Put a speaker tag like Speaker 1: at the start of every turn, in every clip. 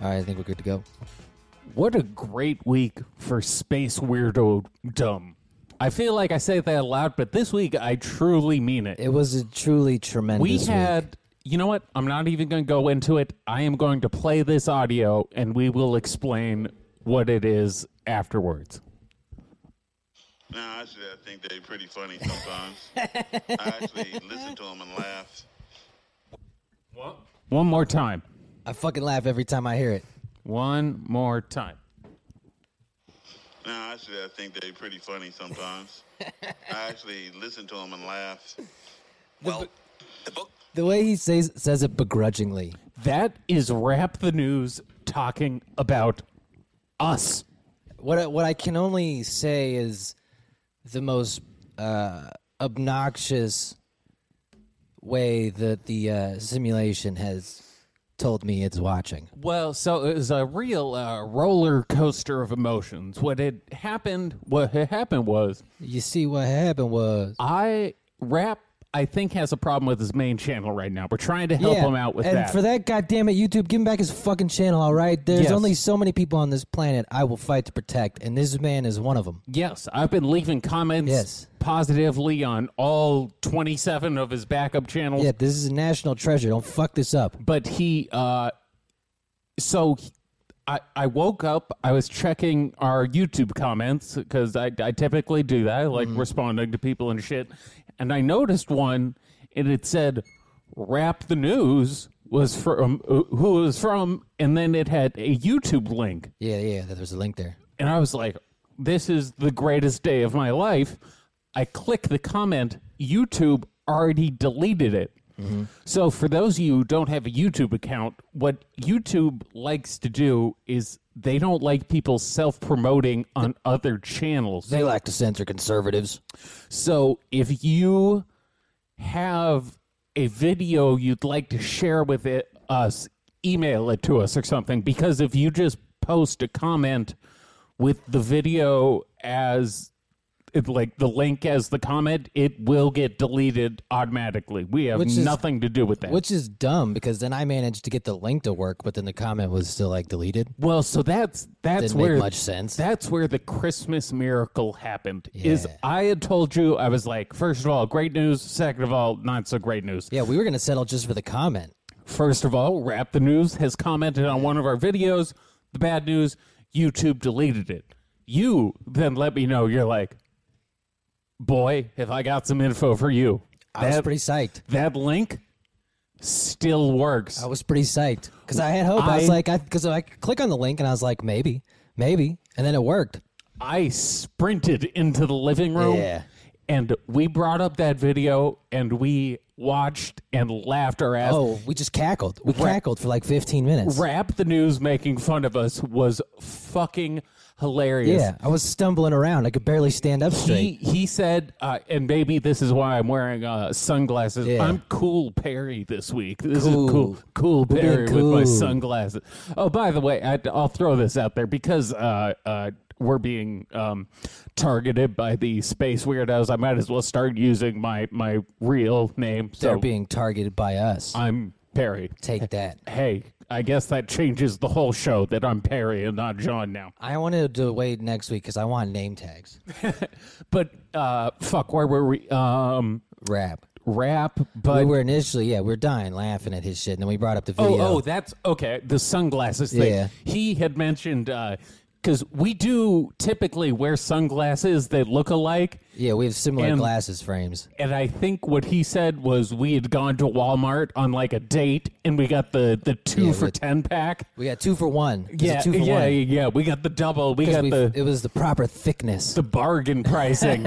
Speaker 1: I think we're good to go.
Speaker 2: What a great week for space weirdo dumb. I feel like I say that aloud, but this week I truly mean it.
Speaker 1: It was a truly tremendous.
Speaker 2: we
Speaker 1: week.
Speaker 2: had, you know what? I'm not even going to go into it. I am going to play this audio and we will explain what it is afterwards.
Speaker 3: Nah, actually, I think they're pretty funny sometimes. I actually listen to them and laugh.
Speaker 2: One more time.
Speaker 1: I fucking laugh every time I hear it.
Speaker 2: One more time.
Speaker 3: Nah, actually, I think they're pretty funny sometimes. I actually listen to them and laugh.
Speaker 4: Well, the book
Speaker 1: The way he says says it begrudgingly.
Speaker 2: That is Wrap the News talking about us.
Speaker 1: What I, what I can only say is the most uh, obnoxious way that the uh, simulation has told me it's watching.
Speaker 2: Well, so it was a real uh, roller coaster of emotions. What had happened, what had happened was
Speaker 1: You see, what happened was
Speaker 2: I rap. I think has a problem with his main channel right now. We're trying to help him out with
Speaker 1: and
Speaker 2: that.
Speaker 1: for that goddamn it, YouTube, give him back his fucking channel. All right, there's
Speaker 2: Yes.
Speaker 1: only so many people on this planet I will fight to protect, and this man is one of them.
Speaker 2: yes, I've been leaving comments
Speaker 1: Yes.
Speaker 2: positively on all 27 of his backup channels.
Speaker 1: Yeah, this is a national treasure. Don't fuck this up.
Speaker 2: but he uh so he- I, I woke up i was checking our youtube comments because I, I typically do that I like responding to people and shit and i noticed one and it said wrap the news was from who it was from and then it had a youtube link
Speaker 1: Yeah, yeah, there's a link there.
Speaker 2: and i was like this is the greatest day of my life i click the comment youtube already deleted it so, for those of you who don't have a YouTube account, what YouTube likes to do is they don't like people self promoting on other channels.
Speaker 1: They like to censor conservatives.
Speaker 2: So, if you have a video you'd like to share with it, us, email it to us or something, because if you just post a comment with the video as it- like the link as the comment, it will get deleted automatically. We have
Speaker 1: Which is-
Speaker 2: nothing to do with that.
Speaker 1: Which is dumb because then I managed to get the link to work, but then the comment was still like deleted.
Speaker 2: Well, so that's that's
Speaker 1: Didn't
Speaker 2: where
Speaker 1: make much sense.
Speaker 2: That's where the Christmas miracle happened. Is
Speaker 1: Yeah.
Speaker 2: I had told you I was like, first of all, great news. Second of all, not so great news.
Speaker 1: Yeah, we were gonna settle just for the comment.
Speaker 2: First of all, Rap the News has commented on one of our videos. The bad news, YouTube deleted it. You then let me know. You're like, boy, have I got some info for you?
Speaker 1: I was
Speaker 2: that,
Speaker 1: pretty psyched.
Speaker 2: that link still works.
Speaker 1: I was pretty psyched because I had hope. I, was
Speaker 2: I-
Speaker 1: like, because I, click on the link and I was like, maybe, maybe, and then it worked.
Speaker 2: I sprinted into the living room.
Speaker 1: Yeah.
Speaker 2: And we brought up that video and we watched and laughed our ass.
Speaker 1: Oh, we just cackled. We cackled for like 15 minutes.
Speaker 2: Rap the news making fun of us was fucking hilarious.
Speaker 1: Yeah, I was stumbling around. I could barely stand up
Speaker 2: He,
Speaker 1: straight.
Speaker 2: he said, uh, and maybe this is why I'm wearing uh, sunglasses.
Speaker 1: Yeah.
Speaker 2: I'm cool Perry this week. This
Speaker 1: Cool.
Speaker 2: is cool, cool
Speaker 1: being
Speaker 2: Perry with my
Speaker 1: cool.
Speaker 2: sunglasses. Oh, by the way, I, I'll throw this out there because uh, uh, we're being um, targeted by the space weirdos. I might as well start using my my real name. So
Speaker 1: They're being targeted by us.
Speaker 2: I'm Perry.
Speaker 1: Take that.
Speaker 2: Hey, I guess that changes the whole show that I'm Perry and not John now.
Speaker 1: I wanted to wait next week because I want name tags.
Speaker 2: But uh, fuck, where were we? Um,
Speaker 1: Rap.
Speaker 2: rap, but
Speaker 1: We were initially, yeah, we were dying laughing at his shit, and then we brought up the
Speaker 2: Oh,
Speaker 1: video.
Speaker 2: oh, that's okay. The sunglasses thing.
Speaker 1: Yeah.
Speaker 2: He had mentioned because we do typically wear sunglasses that look alike,
Speaker 1: yeah, we have similar
Speaker 2: and-
Speaker 1: glasses frames.
Speaker 2: and I think what he said was we had gone to Walmart on like a date and we got the the two
Speaker 1: Yeah,
Speaker 2: for
Speaker 1: we-
Speaker 2: ten pack.
Speaker 1: We got two for one. It's a
Speaker 2: Yeah,
Speaker 1: two for
Speaker 2: yeah,
Speaker 1: one.
Speaker 2: yeah. We got the double. We
Speaker 1: 'Cause
Speaker 2: got
Speaker 1: we-
Speaker 2: the
Speaker 1: it was the proper thickness.
Speaker 2: the bargain pricing,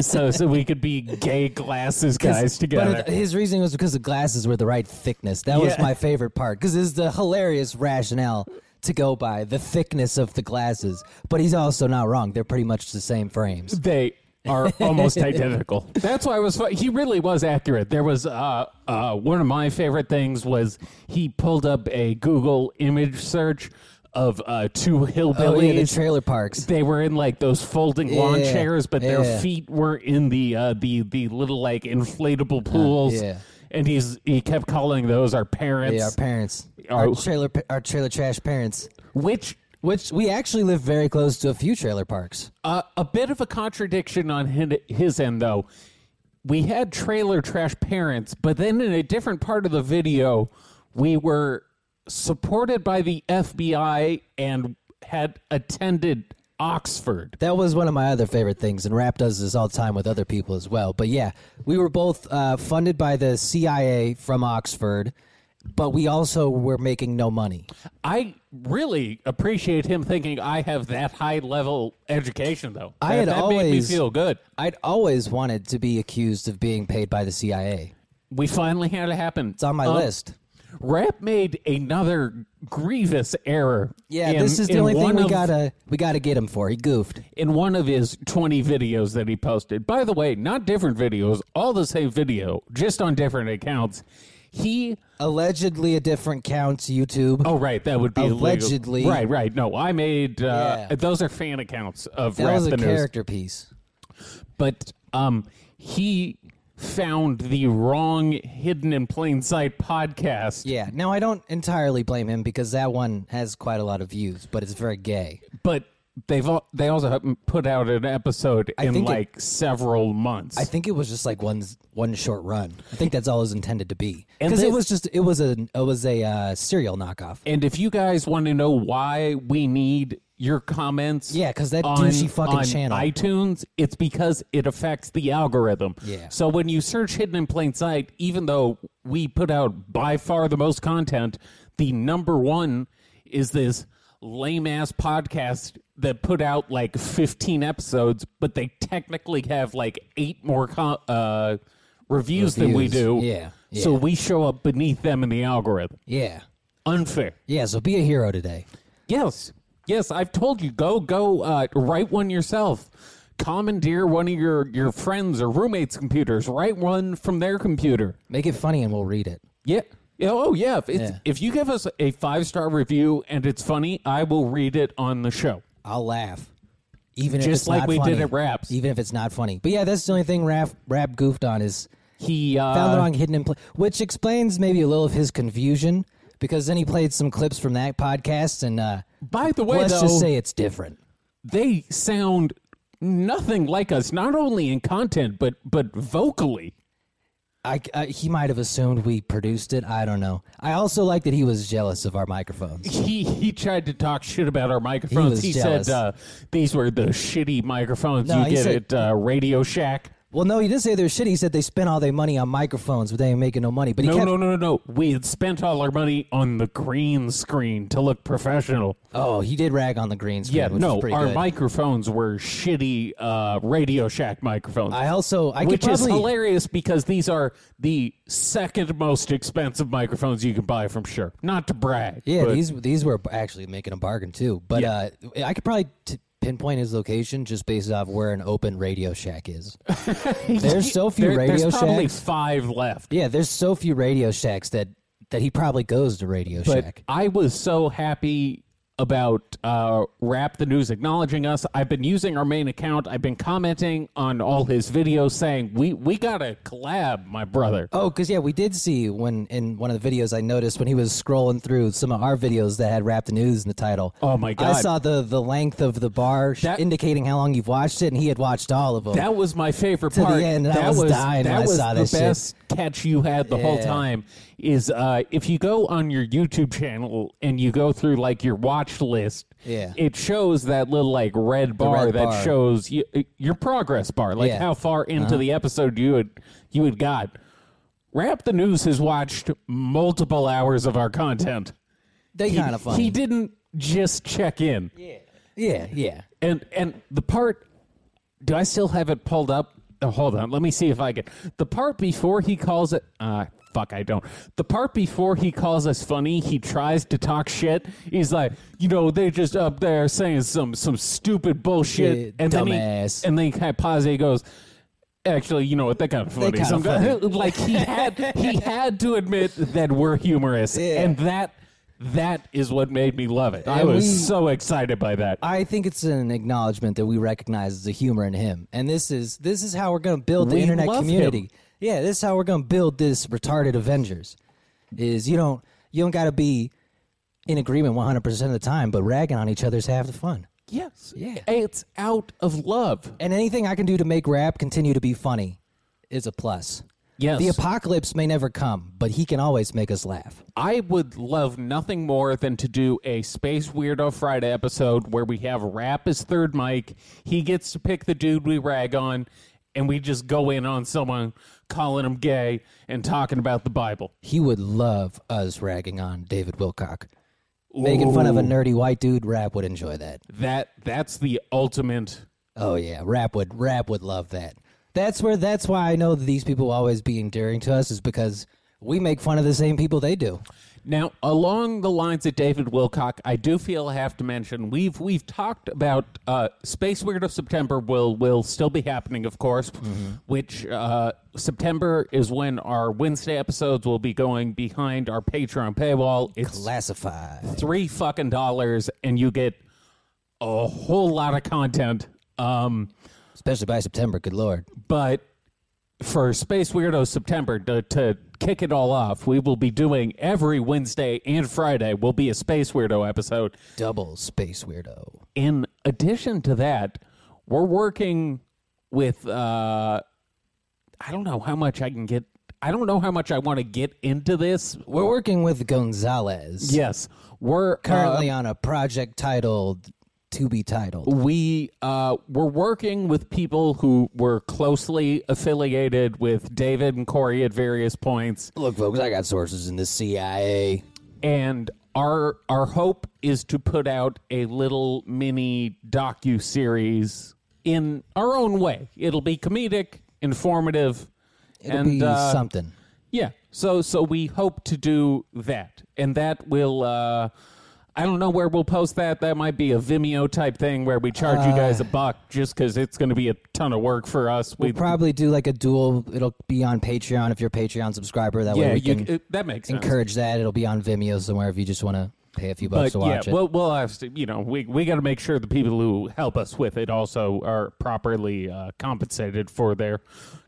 Speaker 2: so so we could be gay glasses guys together.
Speaker 1: But his reasoning was because the glasses were the right thickness. That was
Speaker 2: Yeah.
Speaker 1: my favorite part because it's the hilarious rationale to go by the thickness of the glasses. But he's also not wrong. They're pretty much the same frames.
Speaker 2: they are almost identical. That's why I was. He really was accurate. There was uh, uh, one of my favorite things was he pulled up a Google image search of uh, two
Speaker 1: Oh, yeah, the
Speaker 2: hillbillies.
Speaker 1: trailer parks.
Speaker 2: they were in like those folding lawn
Speaker 1: Yeah,
Speaker 2: chairs, but
Speaker 1: yeah.
Speaker 2: their feet were in the uh, the the little like inflatable pools.
Speaker 1: yeah.
Speaker 2: and he's he kept calling those our parents.
Speaker 1: Yeah, our parents,
Speaker 2: Our-
Speaker 1: our trailer, pa- our trailer trash parents,
Speaker 2: which
Speaker 1: which we actually live very close to a few trailer parks.
Speaker 2: uh, a bit of a contradiction on his, his end though. We had trailer trash parents, but then in a different part of the video, we were supported by the FBI and had attended Oxford.
Speaker 1: That was one of my other favorite things, and rap does this all the time with other people as well. But yeah, we were both uh, funded by the CIA from Oxford, but we also were making no money.
Speaker 2: I really appreciate him thinking I have that high level education, though.
Speaker 1: I had
Speaker 2: that, that made me
Speaker 1: always-
Speaker 2: feel good.
Speaker 1: I'd always wanted to be accused of being paid by the CIA.
Speaker 2: We finally had it happen.
Speaker 1: It's on my
Speaker 2: Um,
Speaker 1: list.
Speaker 2: Rap made another grievous error.
Speaker 1: Yeah,
Speaker 2: in-
Speaker 1: this is the
Speaker 2: in
Speaker 1: only thing
Speaker 2: one
Speaker 1: we
Speaker 2: of-
Speaker 1: gotta we gotta get him for. He goofed.
Speaker 2: in one of his twenty videos that he posted. By the way, not different videos, all the same video, just on different accounts. He
Speaker 1: Allegedly, a different counts YouTube.
Speaker 2: oh right, that would be illegal.
Speaker 1: Allegedly.
Speaker 2: right, right. No, I made uh,
Speaker 1: Yeah.
Speaker 2: those are fan accounts of
Speaker 1: that
Speaker 2: Rap
Speaker 1: was a
Speaker 2: the News.
Speaker 1: character piece.
Speaker 2: but um, he found the wrong hidden in plain sight podcast
Speaker 1: Yeah. Now I don't entirely blame him because that one has quite a lot of views, but it's very gay.
Speaker 2: but they've al- they also haven't put out an episode
Speaker 1: I
Speaker 2: in
Speaker 1: think it-
Speaker 2: like several months
Speaker 1: I think it was just like one one short run. I think that's all it was intended to be.
Speaker 2: And
Speaker 1: Because it
Speaker 2: this-
Speaker 1: was just it was a it was a uh, cereal knockoff.
Speaker 2: and if you guys want to know why we need your comments
Speaker 1: Yeah, 'cause that
Speaker 2: on,
Speaker 1: douchey fucking
Speaker 2: on
Speaker 1: channel.
Speaker 2: itunes it's because it affects the algorithm
Speaker 1: Yeah.
Speaker 2: so when you search hidden in plain sight even though we put out by far the most content the number one is this lame ass podcast that put out like 15 episodes but they technically have like eight more com- uh, reviews, than we do
Speaker 1: Reviews, yeah,
Speaker 2: so
Speaker 1: yeah.
Speaker 2: we show up beneath them in the algorithm
Speaker 1: Yeah.
Speaker 2: unfair
Speaker 1: Yeah. So be a hero today.
Speaker 2: Yes. Yes, I've told you go go uh, write one yourself. Commandeer one of your your friends or roommates' computers. Write one from their computer.
Speaker 1: Make it funny and we'll read it.
Speaker 2: Yeah. Yeah, Oh yeah. If it's,
Speaker 1: Yeah.
Speaker 2: if you give us a five star review and it's funny, I will read it on the show.
Speaker 1: I'll laugh. Even if
Speaker 2: Just
Speaker 1: it's
Speaker 2: like
Speaker 1: not
Speaker 2: we did
Speaker 1: funny.
Speaker 2: at Raps.
Speaker 1: Even if it's not funny. But yeah, that's the only thing Rap Rap goofed on is
Speaker 2: He uh,
Speaker 1: found the wrong hidden in pla- which explains maybe a little of his confusion because then he played some clips from that podcast and uh,
Speaker 2: By the way,
Speaker 1: let's
Speaker 2: though,
Speaker 1: just say it's different.
Speaker 2: they sound nothing like us. Not only in content, but but vocally.
Speaker 1: I, I- he might have assumed we produced it. I don't know. I also like that he was jealous of our microphones.
Speaker 2: he he tried to talk shit about our microphones.
Speaker 1: was
Speaker 2: He,
Speaker 1: jealous.
Speaker 2: said uh, these were the shitty microphones
Speaker 1: No,
Speaker 2: you
Speaker 1: he
Speaker 2: get
Speaker 1: said-
Speaker 2: at uh, Radio Shack.
Speaker 1: Well, no, he didn't say they're shitty. He said they spent all their money on microphones, but they ain't making no money. But he
Speaker 2: No,
Speaker 1: kept,
Speaker 2: no, no, no, no. We had spent all our money on the green screen to look professional.
Speaker 1: oh, he did rag on the green screen.
Speaker 2: Yeah,
Speaker 1: which
Speaker 2: no,
Speaker 1: was pretty
Speaker 2: our
Speaker 1: good.
Speaker 2: microphones were shitty uh, Radio Shack microphones.
Speaker 1: I also I
Speaker 2: which
Speaker 1: could
Speaker 2: is
Speaker 1: probably
Speaker 2: hilarious because these are the second most expensive microphones you can buy from Sure. Not to brag.
Speaker 1: Yeah,
Speaker 2: but-
Speaker 1: these these were actually making a bargain too. But uh, I could probably t- pinpoint his location just based off where an open Radio Shack is. there's so few
Speaker 2: there-
Speaker 1: Radio
Speaker 2: There's probably
Speaker 1: Shacks.
Speaker 2: five left.
Speaker 1: Yeah, there's so few Radio Shacks that that he probably goes to Radio
Speaker 2: but
Speaker 1: Shack.
Speaker 2: I was so happy about uh, Rap the News acknowledging us. I've been using our main account. I've been commenting on all his videos, saying we we gotta collab, my brother.
Speaker 1: Oh, because yeah, we did see when in one of the videos I noticed when he was scrolling through some of our videos that had "Rap the News" in the title.
Speaker 2: Oh, my
Speaker 1: I
Speaker 2: God.
Speaker 1: saw the the length of the bar sh-
Speaker 2: That-
Speaker 1: indicating how long you've watched it, and he had watched all of them.
Speaker 2: That was my favorite
Speaker 1: To the
Speaker 2: part.
Speaker 1: end, I
Speaker 2: that
Speaker 1: was dying
Speaker 2: that
Speaker 1: when I
Speaker 2: was
Speaker 1: saw
Speaker 2: the
Speaker 1: this shit.
Speaker 2: best catch you had the whole time. Is uh, if you go on your YouTube channel and you go through like your watch list,
Speaker 1: Yeah.
Speaker 2: it shows that little like red bar
Speaker 1: red
Speaker 2: that
Speaker 1: bar.
Speaker 2: shows you, your progress bar, like
Speaker 1: Yeah. Uh-huh.
Speaker 2: how far into the episode you had you had got. Rap the news has watched multiple hours of our content.
Speaker 1: they kind of funny.
Speaker 2: He didn't just check in.
Speaker 1: yeah, yeah.
Speaker 2: And and the part do I still have it pulled up? Oh, hold on, let me see if I can. The part before he calls it uh fuck I don't. The part before he calls us funny, he tries to talk shit. He's like, you know, they're just up there saying some some stupid bullshit
Speaker 1: Yeah,
Speaker 2: then he-
Speaker 1: dumbass.
Speaker 2: and then he kind of pauses and he goes Actually, you know what? That kind of funny.
Speaker 1: kinda
Speaker 2: Some guy-
Speaker 1: funny.
Speaker 2: like he had he had to admit that we're humorous,
Speaker 1: Yeah.
Speaker 2: and that that is what made me love it. I
Speaker 1: And
Speaker 2: was
Speaker 1: we-
Speaker 2: so excited by that.
Speaker 1: I think it's an acknowledgement that we recognize the humor in him, and this is this is how we're going to build the
Speaker 2: We
Speaker 1: internet
Speaker 2: love
Speaker 1: community.
Speaker 2: him.
Speaker 1: yeah, this is how we're gonna build this retarded Avengers. Is you don't you don't gotta be in agreement 100 percent of the time, but ragging on each other's half the fun.
Speaker 2: Yes.
Speaker 1: Yeah.
Speaker 2: It's out of love.
Speaker 1: And anything I can do to make rap continue to be funny is a plus.
Speaker 2: Yes.
Speaker 1: The apocalypse may never come, but he can always make us laugh.
Speaker 2: I would love nothing more than to do a Space Weirdo Friday episode where we have rap as third mic. He gets to pick the dude we rag on, and we just go in on someone calling him gay and talking about the Bible.
Speaker 1: He would love us ragging on David Wilcock. Making fun of a nerdy white dude, rap would enjoy that.
Speaker 2: That that's the ultimate.
Speaker 1: Oh yeah, rap would rap would love that. That's where that's why I know that these people will always be endearing to us is because we make fun of the same people they do.
Speaker 2: Now, along the lines of David Wilcock, I do feel I have to mention we've we've talked about uh, Space Weird of September will will still be happening, of course. Which uh, September is when our Wednesday episodes will be going behind our Patreon paywall. It's
Speaker 1: Classified.
Speaker 2: three fucking dollars, and you get a whole lot of content. Um,
Speaker 1: Especially by September, good lord.
Speaker 2: but for Space Weirdo September to, to kick it all off, we will be doing every Wednesday and Friday will be a Space Weirdo episode.
Speaker 1: Double space weirdo.
Speaker 2: In addition to that, we're working with uh I don't know how much I can get I don't know how much I want to get into this.
Speaker 1: We're working with Gonzalez.
Speaker 2: Yes. We're uh,
Speaker 1: Currently on a project titled To Be Titled.
Speaker 2: we uh, were working with people who were closely affiliated with David and Corey at various points,
Speaker 1: Look, folks, I got sources in the CIA.
Speaker 2: and our our hope is to put out a little mini docu series in our own way. It'll be comedic, informative,
Speaker 1: It'll
Speaker 2: and
Speaker 1: be
Speaker 2: uh,
Speaker 1: something.
Speaker 2: yeah. So so we hope to do that, and that will. Uh, I don't know where we'll post that. That might be a Vimeo type thing where we charge
Speaker 1: Uh,
Speaker 2: you guys a buck just because it's going to be a ton of work for us. We
Speaker 1: Probably do like a dual. It'll be on Patreon if you're a Patreon subscriber. That
Speaker 2: yeah,
Speaker 1: way we
Speaker 2: you,
Speaker 1: can
Speaker 2: it- that makes sense.
Speaker 1: encourage that. It'll be on Vimeo somewhere if you just want to pay a few bucks
Speaker 2: But
Speaker 1: to
Speaker 2: yeah,
Speaker 1: watch it.
Speaker 2: we'll we'll have to you know we we got to make sure the people who help us with it also are properly uh, compensated for their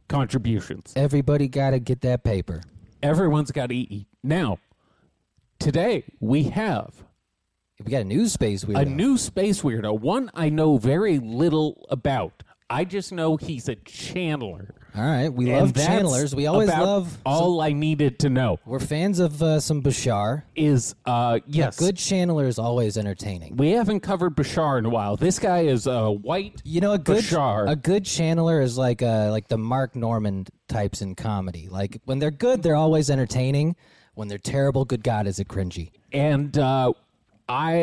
Speaker 2: contributions.
Speaker 1: Everybody got to get that paper.
Speaker 2: Everyone's got to eat. Now, today we have
Speaker 1: We got a new space weirdo.
Speaker 2: a new space weirdo, one I know very little about. I just know he's a channeler.
Speaker 1: All right, we
Speaker 2: And
Speaker 1: love
Speaker 2: that's
Speaker 1: channelers. We always
Speaker 2: about
Speaker 1: love.
Speaker 2: All I needed to know
Speaker 1: We're fans of uh, some Bashar.
Speaker 2: is uh yes,
Speaker 1: Good channeler is always entertaining.
Speaker 2: we haven't covered Bashar in a while. This guy is uh, white.
Speaker 1: You know, a good
Speaker 2: Bashar.
Speaker 1: a good channeler is like uh, like the Mark Norman types in comedy. Like when they're good, they're always entertaining. When they're terrible, good God, is it cringy?
Speaker 2: and uh, I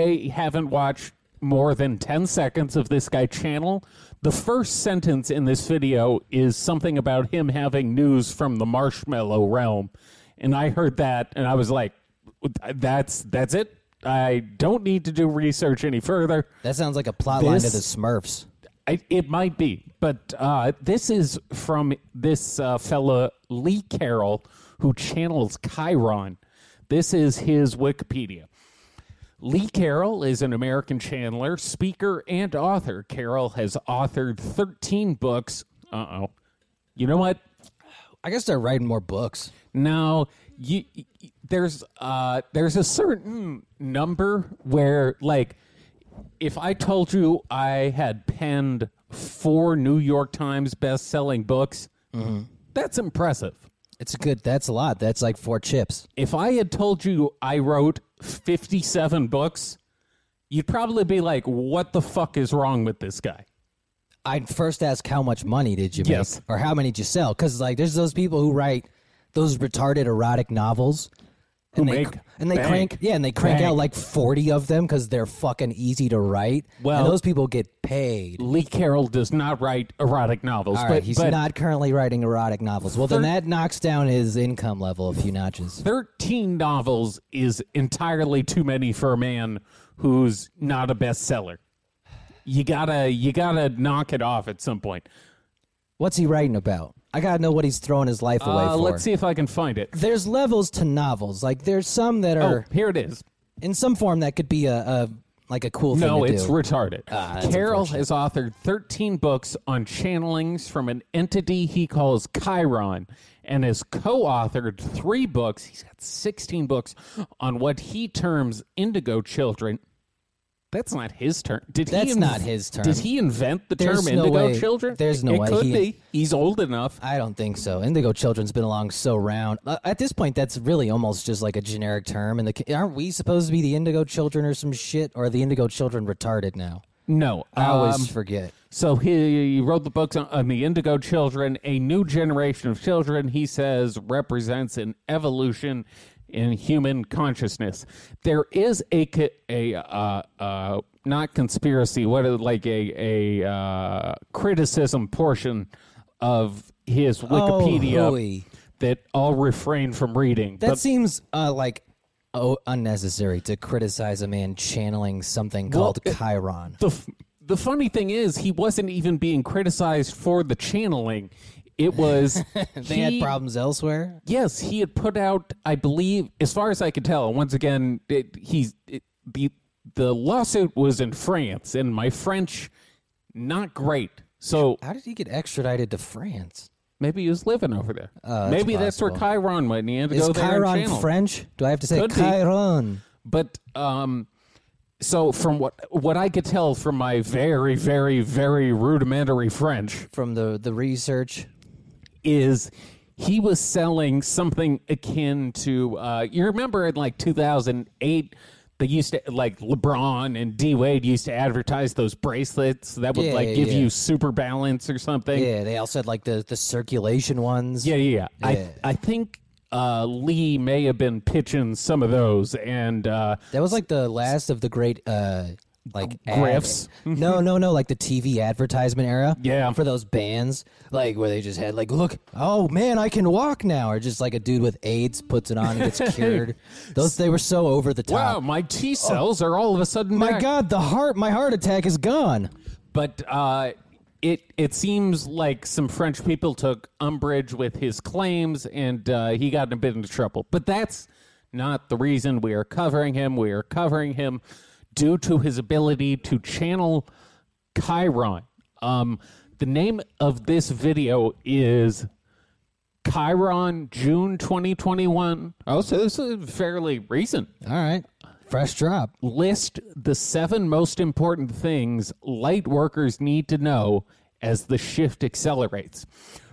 Speaker 2: haven't watched more than 10 seconds of this guy channel. The first sentence in this video is something about him having news from the marshmallow realm. And I heard that and I was like, that's that's it. I don't need to do research any further.
Speaker 1: That sounds like a plot line to
Speaker 2: This-
Speaker 1: the Smurfs.
Speaker 2: I, it might be, but uh, this is from this uh, fella Lee Carroll, who channels Chiron. This is his Wikipedia. Lee Carroll is an American channeler, speaker, and author. Carroll has authored 13 books. Uh oh. You know what?
Speaker 1: I guess they're writing more books.
Speaker 2: No, you, y- y- there's uh there's a certain number where like if I told you I had penned four New York Times best-selling books,
Speaker 1: Mm-hmm.
Speaker 2: that's impressive.
Speaker 1: It's a good. That's a lot. That's like four chips.
Speaker 2: If I had told you I wrote 57 books, you'd probably be like what the fuck is wrong with this guy?
Speaker 1: I'd first ask how much money did you
Speaker 2: Yes.
Speaker 1: make, or how many did you sell? Because like, there's those people who write those retarded erotic novels, and
Speaker 2: Who
Speaker 1: they
Speaker 2: make
Speaker 1: and they
Speaker 2: bank.
Speaker 1: crank yeah, and they crank
Speaker 2: Bank.
Speaker 1: out like forty of them because they're fucking easy to write.
Speaker 2: Well-
Speaker 1: and those people get paid.
Speaker 2: Lee Carroll does not write erotic novels,
Speaker 1: All
Speaker 2: but,
Speaker 1: right, he's
Speaker 2: but
Speaker 1: not currently writing erotic novels. Well, then that knocks down his income level a few notches.
Speaker 2: 13 novels is entirely too many for a man who's not a bestseller. You gotta, you gotta knock it off at some point.
Speaker 1: What's he writing about? I gotta know what he's throwing his life away
Speaker 2: Uh,
Speaker 1: for.
Speaker 2: let's see if I can find it.
Speaker 1: There's levels to novels. Like there's some that
Speaker 2: Oh,
Speaker 1: are
Speaker 2: here it is.
Speaker 1: in some form that could be a, a like a cool thing
Speaker 2: No,
Speaker 1: to
Speaker 2: it's
Speaker 1: do. Ah,
Speaker 2: retarded.
Speaker 1: that's
Speaker 2: Carroll
Speaker 1: unfortunate.
Speaker 2: has authored 13 books on channelings from an entity he calls Chiron and has co authored three books. He's got 16 books on what he terms indigo children. That's not his term. Did
Speaker 1: That's
Speaker 2: he
Speaker 1: not his term.
Speaker 2: Did he invent the
Speaker 1: There's
Speaker 2: term
Speaker 1: no
Speaker 2: indigo
Speaker 1: way-
Speaker 2: children?
Speaker 1: there's no
Speaker 2: it
Speaker 1: way
Speaker 2: could
Speaker 1: he-
Speaker 2: be. He's old enough.
Speaker 1: I don't think so. Indigo Children's been along so round. Uh, At this point, that's really almost just like a generic term. And the ki- aren't we supposed to be the Indigo Children or some shit? Or are the Indigo Children retarded now?
Speaker 2: No.
Speaker 1: I always
Speaker 2: um,
Speaker 1: forget.
Speaker 2: So he wrote the books on, on the Indigo Children, a new generation of children he says represents an evolution in human consciousness. There is a co- a uh, uh, not conspiracy, what is like a a uh, criticism portion of his Wikipedia
Speaker 1: Oh, hooey.
Speaker 2: that I'll refrain from reading.
Speaker 1: That
Speaker 2: but
Speaker 1: seems uh, like oh, unnecessary to criticize a man channeling something
Speaker 2: Well,
Speaker 1: called Chiron.
Speaker 2: the f- the funny thing is, he wasn't even being criticized for the channeling. It was
Speaker 1: They had problems elsewhere.
Speaker 2: Yes, he had put out, I believe, as far as I could tell. and Once again, it, he's it, the the lawsuit was in France, and my French not great. So
Speaker 1: How did he get extradited to France?
Speaker 2: maybe he was living over there. maybe that's where Chiron went. And he had to
Speaker 1: Uh, Is
Speaker 2: go there and
Speaker 1: Chiron
Speaker 2: channel.
Speaker 1: French? Do I have to say
Speaker 2: Could be.
Speaker 1: Chiron?
Speaker 2: But um, so from what what I could tell from my very very very rudimentary French
Speaker 1: From the, the research.
Speaker 2: is. He was selling something akin to uh, you remember in like 2008 they used to like LeBron and D Wade used to advertise those bracelets that would
Speaker 1: Yeah,
Speaker 2: like
Speaker 1: yeah,
Speaker 2: give
Speaker 1: yeah.
Speaker 2: you super balance or something.
Speaker 1: Yeah, they also had like the, the circulation ones.
Speaker 2: Yeah, yeah, yeah.
Speaker 1: Yeah.
Speaker 2: I I think uh, Lee may have been pitching some of those, and uh,
Speaker 1: That was like the last of the great uh like ad-
Speaker 2: Grifts.
Speaker 1: no, no, no, like the TV advertisement era.
Speaker 2: Yeah.
Speaker 1: For those bands. Like where they just had like, look, oh man, I can walk now, or just like a dude with AIDS puts it on and gets cured. Those they were so over the top.
Speaker 2: wow, my T cells are all of a sudden
Speaker 1: My
Speaker 2: back.
Speaker 1: god, the heart my heart attack is gone.
Speaker 2: but uh, it it seems like some French people took umbrage with his claims, and uh, he got in a bit into trouble. But that's not the reason we are covering him. We are covering him due to his ability to channel Chiron. Um, the name of this video is Chiron June 2021. Oh, so this is fairly recent
Speaker 1: All right. Fresh drop.
Speaker 2: list the seven most important things light workers need to know as the shift accelerates.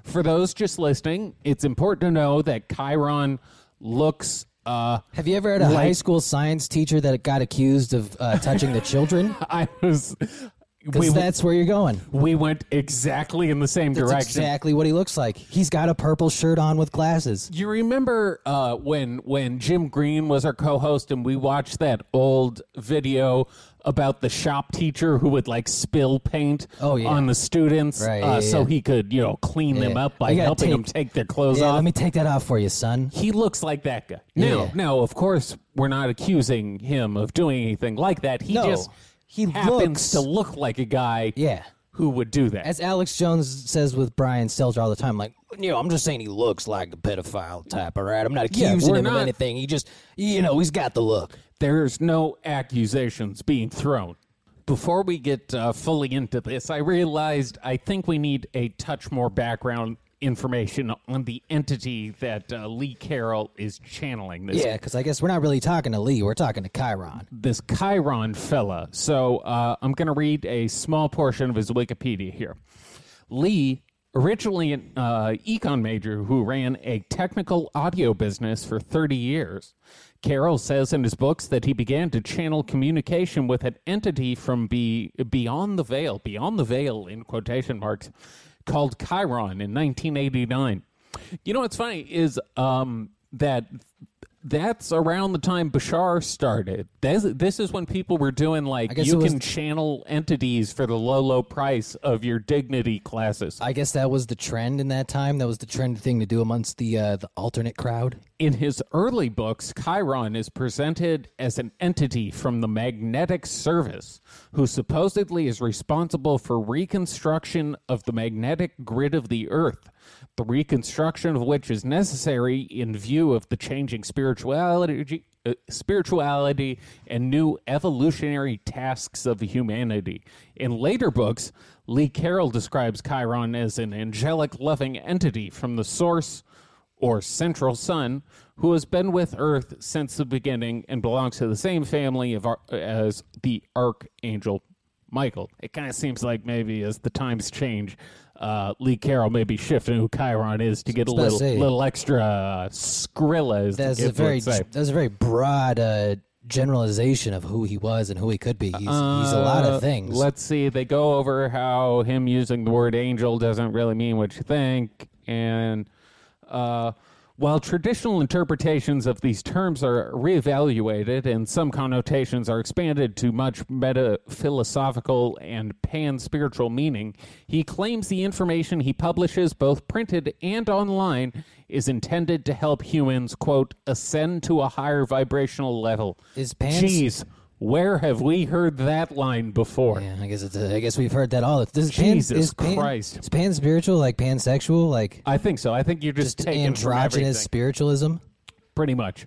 Speaker 2: For those just listening, it's important to know that Chiron looks. Uh,
Speaker 1: Have you ever had a high school science teacher that got accused of uh, touching the children?
Speaker 2: I was. We,
Speaker 1: Because that's where you're going.
Speaker 2: we went exactly in the same
Speaker 1: That's
Speaker 2: direction.
Speaker 1: exactly what he looks like. He's got a purple shirt on with glasses.
Speaker 2: you remember uh, when when Jim Green was our co-host and we watched that old video about the shop teacher who would like spill paint
Speaker 1: Oh, yeah.
Speaker 2: on the students
Speaker 1: Right,
Speaker 2: uh,
Speaker 1: yeah,
Speaker 2: so
Speaker 1: yeah.
Speaker 2: he could you know clean them
Speaker 1: Yeah.
Speaker 2: up by
Speaker 1: I gotta
Speaker 2: helping
Speaker 1: take-
Speaker 2: them take their clothes
Speaker 1: Yeah,
Speaker 2: off.
Speaker 1: let me take that off for you, son.
Speaker 2: he looks like that guy. Now,
Speaker 1: Yeah.
Speaker 2: now, of course, we're not accusing him of doing anything like that. He
Speaker 1: No,
Speaker 2: just
Speaker 1: he
Speaker 2: happens
Speaker 1: looks-
Speaker 2: to look like a guy
Speaker 1: Yeah.
Speaker 2: who would do that.
Speaker 1: As Alex Jones says with Brian Stelter all the time, like, you know, I'm just saying he looks like a pedophile type, all right? I'm not
Speaker 2: Yeah,
Speaker 1: accusing
Speaker 2: we're
Speaker 1: him
Speaker 2: not-
Speaker 1: of anything. He just, you know, he's got the look.
Speaker 2: there's no accusations being thrown. Before we get uh, fully into this, I realized I think we need a touch more background information on the entity that uh, Lee Carroll is channeling this
Speaker 1: Yeah, because I guess we're not really talking to Lee. We're talking to Chiron.
Speaker 2: this Chiron fella. So uh, I'm going to read a small portion of his Wikipedia here. Lee, originally an uh, econ major who ran a technical audio business for 30 years, Carroll says in his books that he began to channel communication with an entity from be- beyond the veil, beyond the veil in quotation marks, called Chiron in 1989. You know what's funny is um, that that's around the time Bashar started. This, this is when people were doing like
Speaker 1: guess
Speaker 2: you
Speaker 1: it was-
Speaker 2: can channel entities for the low low price of your dignity classes.
Speaker 1: I guess that was the trend in that time. That was the trend thing to do amongst the uh, the alternate crowd.
Speaker 2: In his early books, Chiron is presented as an entity from the magnetic service who supposedly is responsible for reconstruction of the magnetic grid of the earth, the reconstruction of which is necessary in view of the changing spirituality uh, spirituality and new evolutionary tasks of humanity. In later books, Lee Carroll describes Chiron as an angelic loving entity from the source or central sun who has been with Earth since the beginning and belongs to the same family of ar- as the archangel Michael. It kind of seems like maybe as the times change, uh, Lee Carroll may be shifting who Chiron is to get a
Speaker 1: about to
Speaker 2: little
Speaker 1: say.
Speaker 2: little extra uh, Skrilla. Is
Speaker 1: That's a
Speaker 2: the kid would
Speaker 1: very
Speaker 2: say.
Speaker 1: that's a very broad uh, generalization of who he was and who he could be. He's, he's a lot
Speaker 2: Uh,
Speaker 1: of things.
Speaker 2: Let's see. They go over how him using the word angel doesn't really mean what you think. And uh, while traditional interpretations of these terms are reevaluated and some connotations are expanded to much meta philosophical and pan spiritual meaning, he claims the information he publishes, both printed and online, is intended to help humans, quote, ascend to a higher vibrational level.
Speaker 1: Is pan-
Speaker 2: Jeez, where have we heard that line before?
Speaker 1: yeah, I guess it's a, I guess we've heard that all. This
Speaker 2: Jesus
Speaker 1: pan, is pan,
Speaker 2: Christ.
Speaker 1: Is pan spiritual like pansexual like
Speaker 2: I think so. I think you're just,
Speaker 1: just
Speaker 2: taking from
Speaker 1: androgynous
Speaker 2: everything,
Speaker 1: spiritualism?
Speaker 2: pretty much.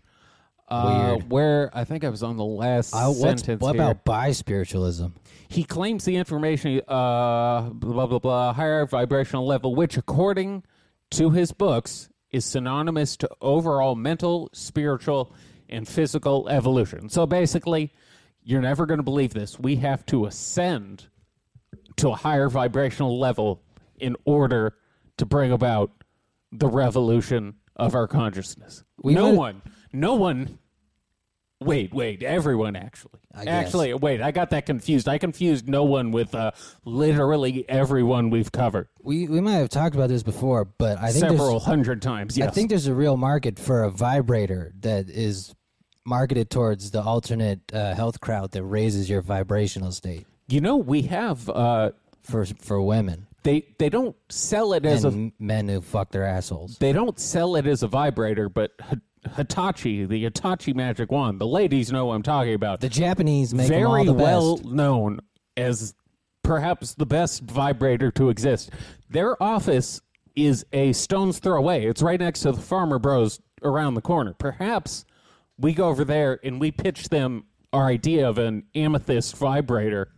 Speaker 2: Uh, Where I think I was on the last
Speaker 1: Uh, what's,
Speaker 2: sentence.
Speaker 1: what
Speaker 2: here.
Speaker 1: about bi spiritualism?
Speaker 2: He claims the information, uh, blah, blah, blah, higher vibrational level, which, according to his books, is synonymous to overall mental, spiritual, and physical evolution. So basically, you're never going to believe this. We have to ascend to a higher vibrational level in order to bring about the revolution of our consciousness.
Speaker 1: We
Speaker 2: no
Speaker 1: might-
Speaker 2: one, no one Wait, wait, everyone actually.
Speaker 1: guess.
Speaker 2: Actually, wait, I got that confused. I confused no one with uh, literally everyone we've covered
Speaker 1: We we might have talked about this before, but I think there's
Speaker 2: several hundred times. Yes.
Speaker 1: I think there's a real market for a vibrator that is marketed towards the alternate uh, health crowd that raises your vibrational state
Speaker 2: you know, we have uh,
Speaker 1: for for women
Speaker 2: they they don't sell it as
Speaker 1: and
Speaker 2: a
Speaker 1: m- men who fuck their assholes.
Speaker 2: They don't sell it as a vibrator, but Hi- Hitachi, the Hitachi magic wand, the ladies know what I'm talking about.
Speaker 1: The Japanese make them all
Speaker 2: Very
Speaker 1: the
Speaker 2: well
Speaker 1: best.
Speaker 2: known as perhaps the best vibrator to exist. Their office is a stone's throw away. It's right next to the Farmer Bros around the corner. Perhaps we go over there and we pitch them our idea of an amethyst vibrator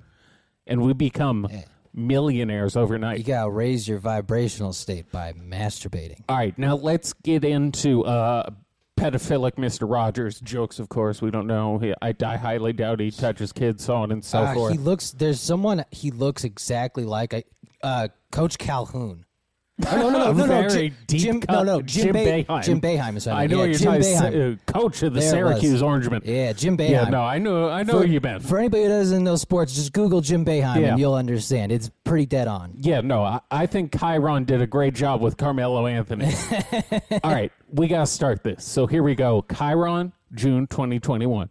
Speaker 2: and we become millionaires overnight.
Speaker 1: You gotta raise your vibrational state by masturbating.
Speaker 2: All right, now let's get into uh, pedophilic Mr. Rogers jokes. Of course, we don't know. He, I, I highly doubt he touches kids, so on and so
Speaker 1: Uh,
Speaker 2: forth.
Speaker 1: he looks. There's someone. He looks exactly like a, uh, Coach Calhoun. Oh, no, no, no, no, no,
Speaker 2: Very
Speaker 1: Jim,
Speaker 2: deep
Speaker 1: Jim,
Speaker 2: cut-
Speaker 1: no, no, Jim,
Speaker 2: Jim
Speaker 1: Boeh-
Speaker 2: Boeheim.
Speaker 1: Jim Boeheim is what
Speaker 2: I
Speaker 1: mean.
Speaker 2: know
Speaker 1: yeah,
Speaker 2: you're
Speaker 1: Jim
Speaker 2: talking
Speaker 1: Boeheim.
Speaker 2: uh, coach of the
Speaker 1: There it was.
Speaker 2: Syracuse Orangemen.
Speaker 1: Yeah, Jim Boeheim.
Speaker 2: Yeah, no, I know, I know
Speaker 1: for,
Speaker 2: you, man.
Speaker 1: For anybody who doesn't know sports, just Google Jim Boeheim
Speaker 2: Yeah.
Speaker 1: and you'll understand. It's pretty dead on.
Speaker 2: Yeah, no, I, I think Chiron did a great job with Carmelo Anthony. All right, we gotta start this. So here we go. Chiron, June 2021.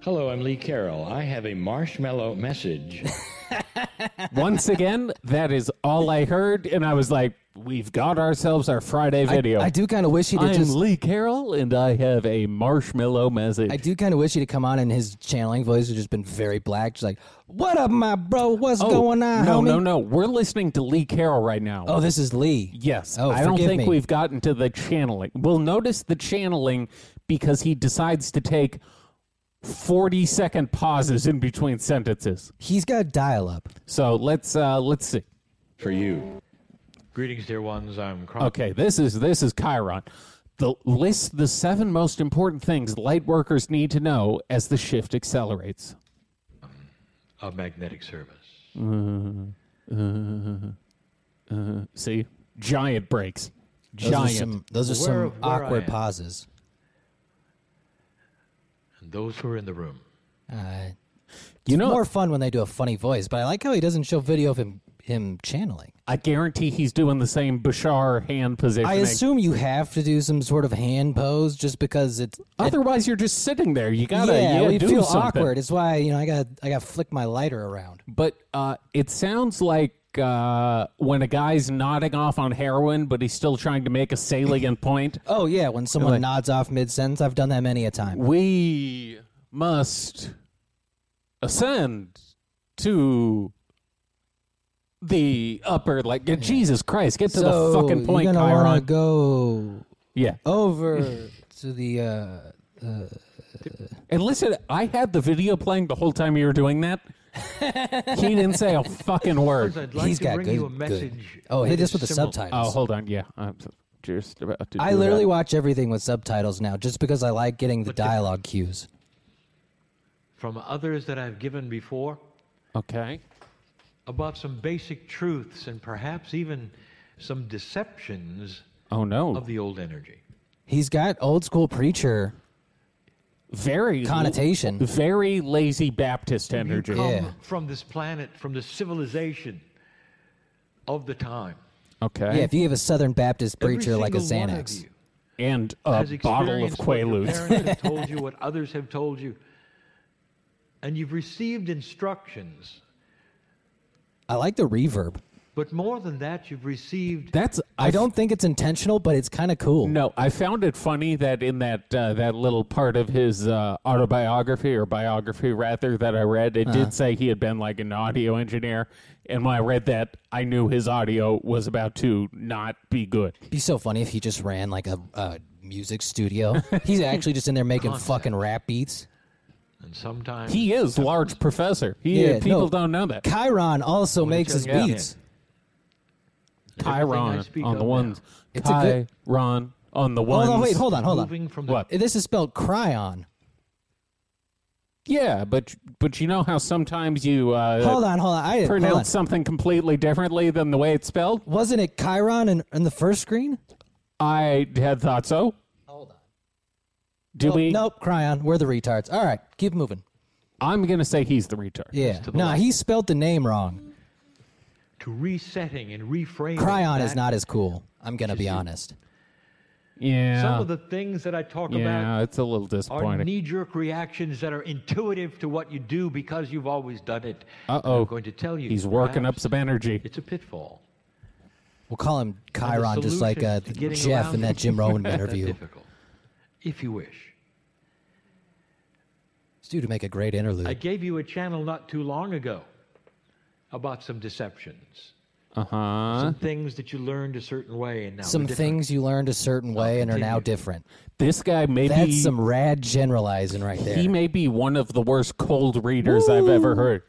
Speaker 5: Hello, I'm Lee Carroll. I have a marshmallow message.
Speaker 2: Once again, that is all I heard, and I was like, "We've got ourselves our Friday video."
Speaker 1: I do kind of wish he'd have
Speaker 2: I'm
Speaker 1: just.
Speaker 2: Lee Carroll, and I have a marshmallow message.
Speaker 1: I do kind of wish he'd have come on and his channeling voice has just been very black. Just like, what up, my bro? What's going on,
Speaker 2: Oh, No,
Speaker 1: homie?
Speaker 2: no, no. We're listening to Lee Carroll right now.
Speaker 1: Oh, this is Lee.
Speaker 2: yes.
Speaker 1: Oh,
Speaker 2: I don't
Speaker 1: forgive
Speaker 2: think
Speaker 1: me.
Speaker 2: we've gotten to the channeling. We'll notice the channeling because he decides to take 40 second pauses in between sentences.
Speaker 1: He's got dial up.
Speaker 2: So let's uh let's see.
Speaker 5: For you. Greetings, dear ones. I'm Carl.
Speaker 2: Okay, this is this is Chiron. The list the seven most important things light workers need to know as the shift accelerates.
Speaker 5: Of Magnetic Service.
Speaker 2: See? Giant breaks.
Speaker 1: Those
Speaker 2: Giant.
Speaker 1: are some, those are
Speaker 5: Where-
Speaker 1: some
Speaker 5: where I
Speaker 1: awkward
Speaker 5: am.
Speaker 1: pauses.
Speaker 5: And those who are in the room.
Speaker 1: Uh,
Speaker 2: you know
Speaker 1: more fun when they do a funny voice, but I like how he doesn't show video of him him channeling.
Speaker 2: I guarantee he's doing the same Bashar hand positioning.
Speaker 1: I assume you have to do some sort of hand pose just because it's
Speaker 2: Otherwise, you're just sitting there. You gotta,
Speaker 1: yeah,
Speaker 2: you gotta
Speaker 1: we
Speaker 2: do
Speaker 1: feel
Speaker 2: something.
Speaker 1: awkward. It's why you know I got I got to flick my lighter around.
Speaker 2: But uh, it sounds like uh, when a guy's nodding off on heroin, but he's still trying to make a salient point.
Speaker 1: Oh yeah, when someone
Speaker 2: Like-
Speaker 1: nods off mid sentence, I've done that many a time.
Speaker 2: We must ascend to the upper. Like Jesus Christ, get to
Speaker 1: so
Speaker 2: the fucking point,
Speaker 1: you're gonna wanna
Speaker 2: Chiron.
Speaker 1: go
Speaker 2: yeah.
Speaker 1: over to the uh, uh,
Speaker 2: And listen, I had the video playing the whole time you were doing that. he didn't say a fucking word.
Speaker 6: I'd like
Speaker 1: He's
Speaker 6: to
Speaker 1: got
Speaker 6: bring
Speaker 1: good-
Speaker 6: you a
Speaker 1: good.
Speaker 6: message.
Speaker 1: Oh, hit
Speaker 6: that
Speaker 1: us
Speaker 6: is
Speaker 1: with the
Speaker 6: similar-
Speaker 2: Oh,
Speaker 1: subtitles.
Speaker 2: hold on. Yeah, I'm just about to.
Speaker 1: I
Speaker 2: do
Speaker 1: literally
Speaker 2: that.
Speaker 1: watch everything with subtitles now, just because I like getting the dialogue cues.
Speaker 6: From others that I've given before
Speaker 2: Okay.
Speaker 6: about some basic truths and perhaps even some deceptions
Speaker 2: Oh no.
Speaker 6: of the old energy.
Speaker 1: He's got old school preacher.
Speaker 2: Very
Speaker 1: Connotation.
Speaker 2: Very lazy Baptist energy.
Speaker 6: Come
Speaker 1: Yeah.
Speaker 6: from this planet, from the civilization of the time.
Speaker 2: Okay.
Speaker 1: Yeah, if you have a Southern Baptist
Speaker 6: Every
Speaker 1: preacher like a
Speaker 6: single one of
Speaker 1: Xanax,
Speaker 6: you
Speaker 2: and a
Speaker 6: has
Speaker 2: bottle of
Speaker 6: experienced what your
Speaker 2: Quaaludes.
Speaker 6: parents have told you what others have told you, and you've received instructions.
Speaker 1: I like the reverb.
Speaker 6: But more than that, you've received
Speaker 2: That's
Speaker 1: I don't think it's intentional, but it's kind of cool.
Speaker 2: No, I found it funny that in that uh, that little part of his uh, autobiography or biography rather that I read, it
Speaker 1: Uh-huh.
Speaker 2: did say he had been like an audio engineer, and when I read that, I knew his audio was about to not be good.
Speaker 1: It'd be so funny if he just ran like a, a music studio. He's actually just in there making fucking rap beats.
Speaker 6: and sometimes
Speaker 2: He is large professor. He
Speaker 1: Yeah,
Speaker 2: people
Speaker 1: no.
Speaker 2: don't know that.
Speaker 1: Chiron also makes his
Speaker 6: just- yeah.
Speaker 1: beats.
Speaker 6: everything I
Speaker 2: Chiron
Speaker 6: speak
Speaker 2: on
Speaker 6: of
Speaker 2: the ones.
Speaker 1: It's a
Speaker 2: Chiron
Speaker 1: good-
Speaker 2: on the
Speaker 1: Hold
Speaker 2: ones.
Speaker 1: on, wait, hold on, hold
Speaker 6: moving
Speaker 1: on.
Speaker 6: from the
Speaker 2: What?
Speaker 1: This is spelled cryon.
Speaker 2: Yeah, but but you know how sometimes you uh,
Speaker 1: Hold on, hold on. I hold on.
Speaker 2: pronounce something completely differently than the way it's spelled.
Speaker 1: Wasn't it Chiron in, in the first screen?
Speaker 2: I had thought so.
Speaker 1: Hold on.
Speaker 2: Do we?
Speaker 1: Nope, Cryon. We're the retards. All right, keep moving.
Speaker 2: I'm gonna say he's the retard.
Speaker 1: Yeah.
Speaker 6: to the
Speaker 1: Nah,
Speaker 6: left.
Speaker 1: he spelled the name wrong.
Speaker 6: to resetting and reframing.
Speaker 1: Cryon is
Speaker 6: that.
Speaker 1: not as cool. I'm gonna be honest.
Speaker 2: Yeah.
Speaker 6: Some of the things that I talk
Speaker 2: yeah,
Speaker 6: about
Speaker 2: it's a little
Speaker 6: are
Speaker 2: disappointing.
Speaker 6: knee-jerk reactions that are intuitive to what you do because you've always done it. And
Speaker 2: Uh-oh.
Speaker 6: I'm going to tell you.
Speaker 2: He's working up
Speaker 6: perhaps
Speaker 2: some energy.
Speaker 6: It's a pitfall.
Speaker 1: We'll call him Chiron, just
Speaker 6: solutions
Speaker 1: like uh,
Speaker 6: to getting
Speaker 1: Jeff in
Speaker 6: around
Speaker 1: that Jim Rowan
Speaker 6: Not that
Speaker 1: interview.
Speaker 6: difficult, if you wish.
Speaker 1: It's due to make a great interlude.
Speaker 6: I gave you a channel not too long ago about some deceptions,
Speaker 2: Uh huh.
Speaker 6: some things that you learned a certain way, and now
Speaker 1: Some
Speaker 6: they're different.
Speaker 1: things you learned a certain way and are now
Speaker 6: continue.
Speaker 1: different.
Speaker 2: This guy may
Speaker 1: That's
Speaker 2: be
Speaker 1: some rad generalizing right there.
Speaker 2: he may be one of the worst cold readers I've ever heard.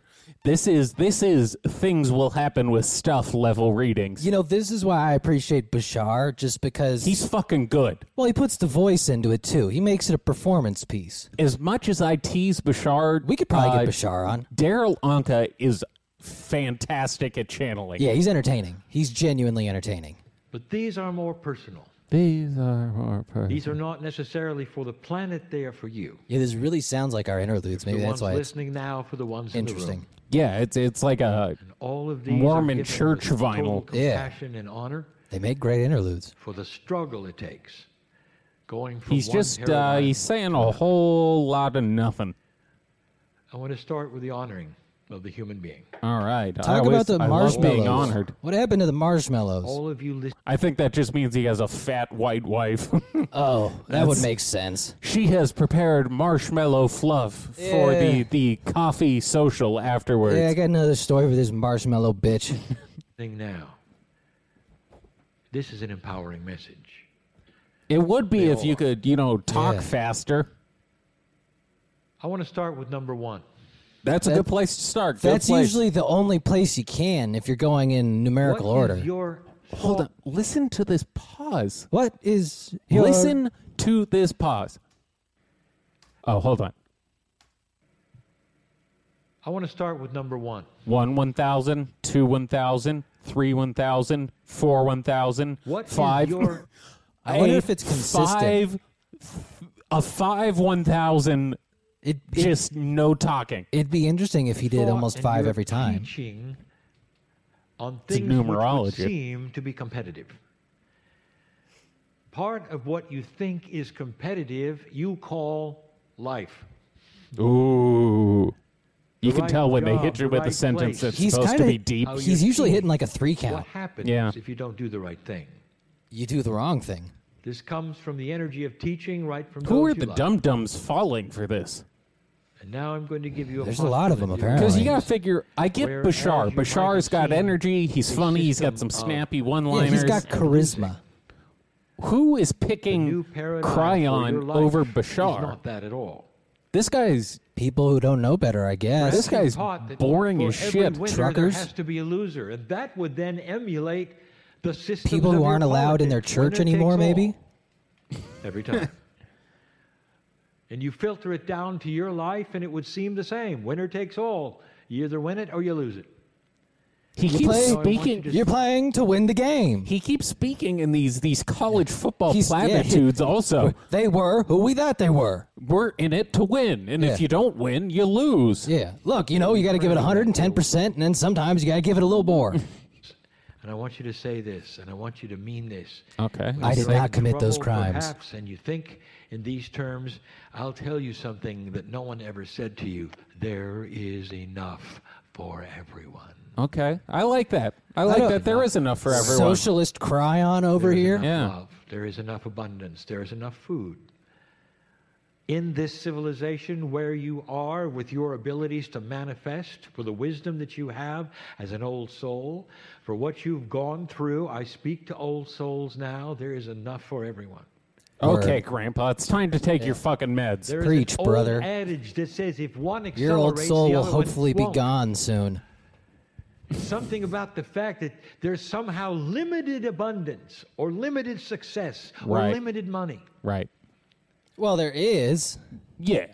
Speaker 2: This is this is things will happen with stuff level readings.
Speaker 1: you know, this is why I appreciate Bashar, just because
Speaker 2: He's fucking good.
Speaker 1: well, he puts the voice into it too. He makes it a performance piece.
Speaker 2: As much as I tease Bashard,
Speaker 1: We could probably
Speaker 2: uh,
Speaker 1: get Bashar on.
Speaker 2: Daryl Anka is fantastic at channeling.
Speaker 1: Yeah, he's entertaining. He's genuinely entertaining.
Speaker 6: But these are more personal.
Speaker 2: These are our
Speaker 6: These are not necessarily for the planet; they are for you.
Speaker 1: Yeah, this really sounds like our interludes. Maybe
Speaker 6: the
Speaker 1: that's
Speaker 6: ones
Speaker 1: why it's
Speaker 6: listening now, for the ones in the
Speaker 1: interesting.
Speaker 6: room.
Speaker 2: Yeah, it's it's like a
Speaker 6: And all of these are
Speaker 2: Mormon
Speaker 6: given
Speaker 2: church
Speaker 6: with total
Speaker 2: vinyl.
Speaker 1: Yeah.
Speaker 6: compassion and honor
Speaker 1: They make great interludes.
Speaker 6: for the struggle it takes going from
Speaker 2: he's
Speaker 6: one
Speaker 2: just uh,
Speaker 6: paradigm.
Speaker 2: he's saying a whole lot of nothing.
Speaker 6: I want to start with the honoring of the human being.
Speaker 2: All right. I
Speaker 1: Talk
Speaker 2: always-
Speaker 1: about the
Speaker 2: I love
Speaker 1: marshmallows.
Speaker 2: being honored.
Speaker 1: What happened to the marshmallows?
Speaker 6: All of you listening.
Speaker 2: I think that just means he has a fat white wife.
Speaker 1: oh, that would make sense.
Speaker 2: she has prepared marshmallow fluff for the,
Speaker 1: Yeah.
Speaker 2: the coffee social afterwards.
Speaker 1: Yeah, I got another story for this marshmallow bitch.
Speaker 6: thing now. This is an empowering message.
Speaker 2: it would be if you could, you know, talk
Speaker 1: Yeah.
Speaker 2: faster.
Speaker 6: I want to start with number one.
Speaker 2: That's a good place to start. Good
Speaker 1: That's
Speaker 2: place.
Speaker 1: usually the only place you can if you're going in
Speaker 6: What
Speaker 1: numerical
Speaker 6: is
Speaker 1: order.
Speaker 6: your
Speaker 2: Hold on. Listen to this pause.
Speaker 1: what is your-
Speaker 2: Listen to this pause. Oh, hold on.
Speaker 6: I want to start with number one.
Speaker 2: One one thousand, two one thousand, three one thousand, four one thousand,
Speaker 6: What is
Speaker 2: five.
Speaker 6: your
Speaker 1: I wonder
Speaker 2: a
Speaker 1: if it's consistent.
Speaker 2: Five, a five one thousand,
Speaker 1: It, it,
Speaker 2: just no talking.
Speaker 1: it'd be interesting if he did
Speaker 6: thought
Speaker 1: almost
Speaker 6: and
Speaker 1: five
Speaker 6: your
Speaker 1: every time.
Speaker 6: Teaching on
Speaker 2: It's a
Speaker 6: things
Speaker 2: numerology.
Speaker 6: which would seem to be competitive. Part of what you think is competitive, you call life.
Speaker 2: Ooh. You can
Speaker 6: right
Speaker 2: tell when they
Speaker 6: job,
Speaker 2: hit you
Speaker 6: the
Speaker 2: with a
Speaker 6: right
Speaker 2: sentence
Speaker 6: place.
Speaker 2: that's
Speaker 1: He's
Speaker 2: supposed
Speaker 1: kinda,
Speaker 2: to be deep.
Speaker 6: How you
Speaker 1: He's usually
Speaker 6: see
Speaker 1: hitting like a three
Speaker 6: What
Speaker 1: count.
Speaker 6: happens
Speaker 2: Yeah.
Speaker 6: if you don't do the right thing?
Speaker 1: You do the wrong thing.
Speaker 6: This comes from the energy of teaching, right from
Speaker 2: Who
Speaker 6: those
Speaker 2: are
Speaker 6: you
Speaker 2: the
Speaker 6: love.
Speaker 2: dum dums falling for this?
Speaker 6: And now I'm going to give you a
Speaker 1: There's a lot of
Speaker 6: possible
Speaker 1: them,
Speaker 6: and different-
Speaker 2: Because you
Speaker 1: Right.
Speaker 2: gotta figure, I get
Speaker 6: Whereas
Speaker 2: Bashar.
Speaker 6: you might
Speaker 2: Bashar's
Speaker 6: have
Speaker 2: got
Speaker 6: seen
Speaker 2: energy. He's
Speaker 6: a
Speaker 2: funny. He's got some
Speaker 6: system of-
Speaker 2: snappy
Speaker 1: Yeah,
Speaker 2: one-liners.
Speaker 1: he's got charisma.
Speaker 2: Who is
Speaker 6: new
Speaker 2: picking
Speaker 6: paradigm for your
Speaker 2: Cryon
Speaker 6: life
Speaker 2: over
Speaker 6: is
Speaker 2: Bashar?
Speaker 6: not that at all.
Speaker 2: This guy's
Speaker 1: People who don't know better, I guess.
Speaker 2: This guy's
Speaker 6: taught that
Speaker 2: boring
Speaker 6: for
Speaker 2: as
Speaker 6: every
Speaker 2: shit,
Speaker 6: winner
Speaker 1: truckers.
Speaker 6: There has to be a loser, and that would then emulate the system.
Speaker 1: People who aren't allowed in their church anymore, maybe.
Speaker 6: Every time. and you filter it down to your life, and it would seem the same. Winner takes all. You either win it or you lose it.
Speaker 2: he
Speaker 1: You
Speaker 2: keeps
Speaker 1: play- So I
Speaker 6: want you
Speaker 2: speaking.
Speaker 6: to-
Speaker 1: You're playing to win the game.
Speaker 2: He keeps speaking in these these college football
Speaker 1: He's- yeah.
Speaker 2: platitudes. Also,
Speaker 1: They were who we thought they were.
Speaker 2: we're in it to win, and if
Speaker 1: Yeah.
Speaker 2: you don't win, you lose.
Speaker 1: Yeah. Look, you know, you got to give it 110%, and then sometimes you got to give it a little more.
Speaker 6: And I want you to say this, and I want you to mean this.
Speaker 2: Okay.
Speaker 6: When
Speaker 1: I did
Speaker 6: you're
Speaker 1: not
Speaker 6: in
Speaker 1: commit those
Speaker 6: trouble,
Speaker 1: crimes.
Speaker 6: Perhaps, and you think in these terms, I'll tell you something that no one ever said to you. There is enough for everyone.
Speaker 2: Okay, I like that. I like
Speaker 1: don't-
Speaker 2: that there is enough for everyone.
Speaker 1: Socialist cryon over
Speaker 6: There is
Speaker 1: here.
Speaker 6: enough
Speaker 2: Yeah.
Speaker 6: love. There is enough abundance. There is enough food. In this civilization where you are, with your abilities to manifest, for the wisdom that you have as an old soul, for what you've gone through, I speak to old souls now. There is enough for everyone.
Speaker 2: okay, Grandpa, it's time to take your fucking meds.
Speaker 6: There is
Speaker 1: Preach,
Speaker 6: an
Speaker 1: brother.
Speaker 6: Old adage that says if one accelerates,
Speaker 1: Your old soul
Speaker 6: the
Speaker 1: will
Speaker 6: other one
Speaker 1: hopefully be
Speaker 6: won't.
Speaker 1: gone soon.
Speaker 6: Something about the fact that there's somehow limited abundance or limited success
Speaker 2: Right.
Speaker 6: or limited money.
Speaker 2: Right.
Speaker 1: Well, there is.
Speaker 2: Yeah.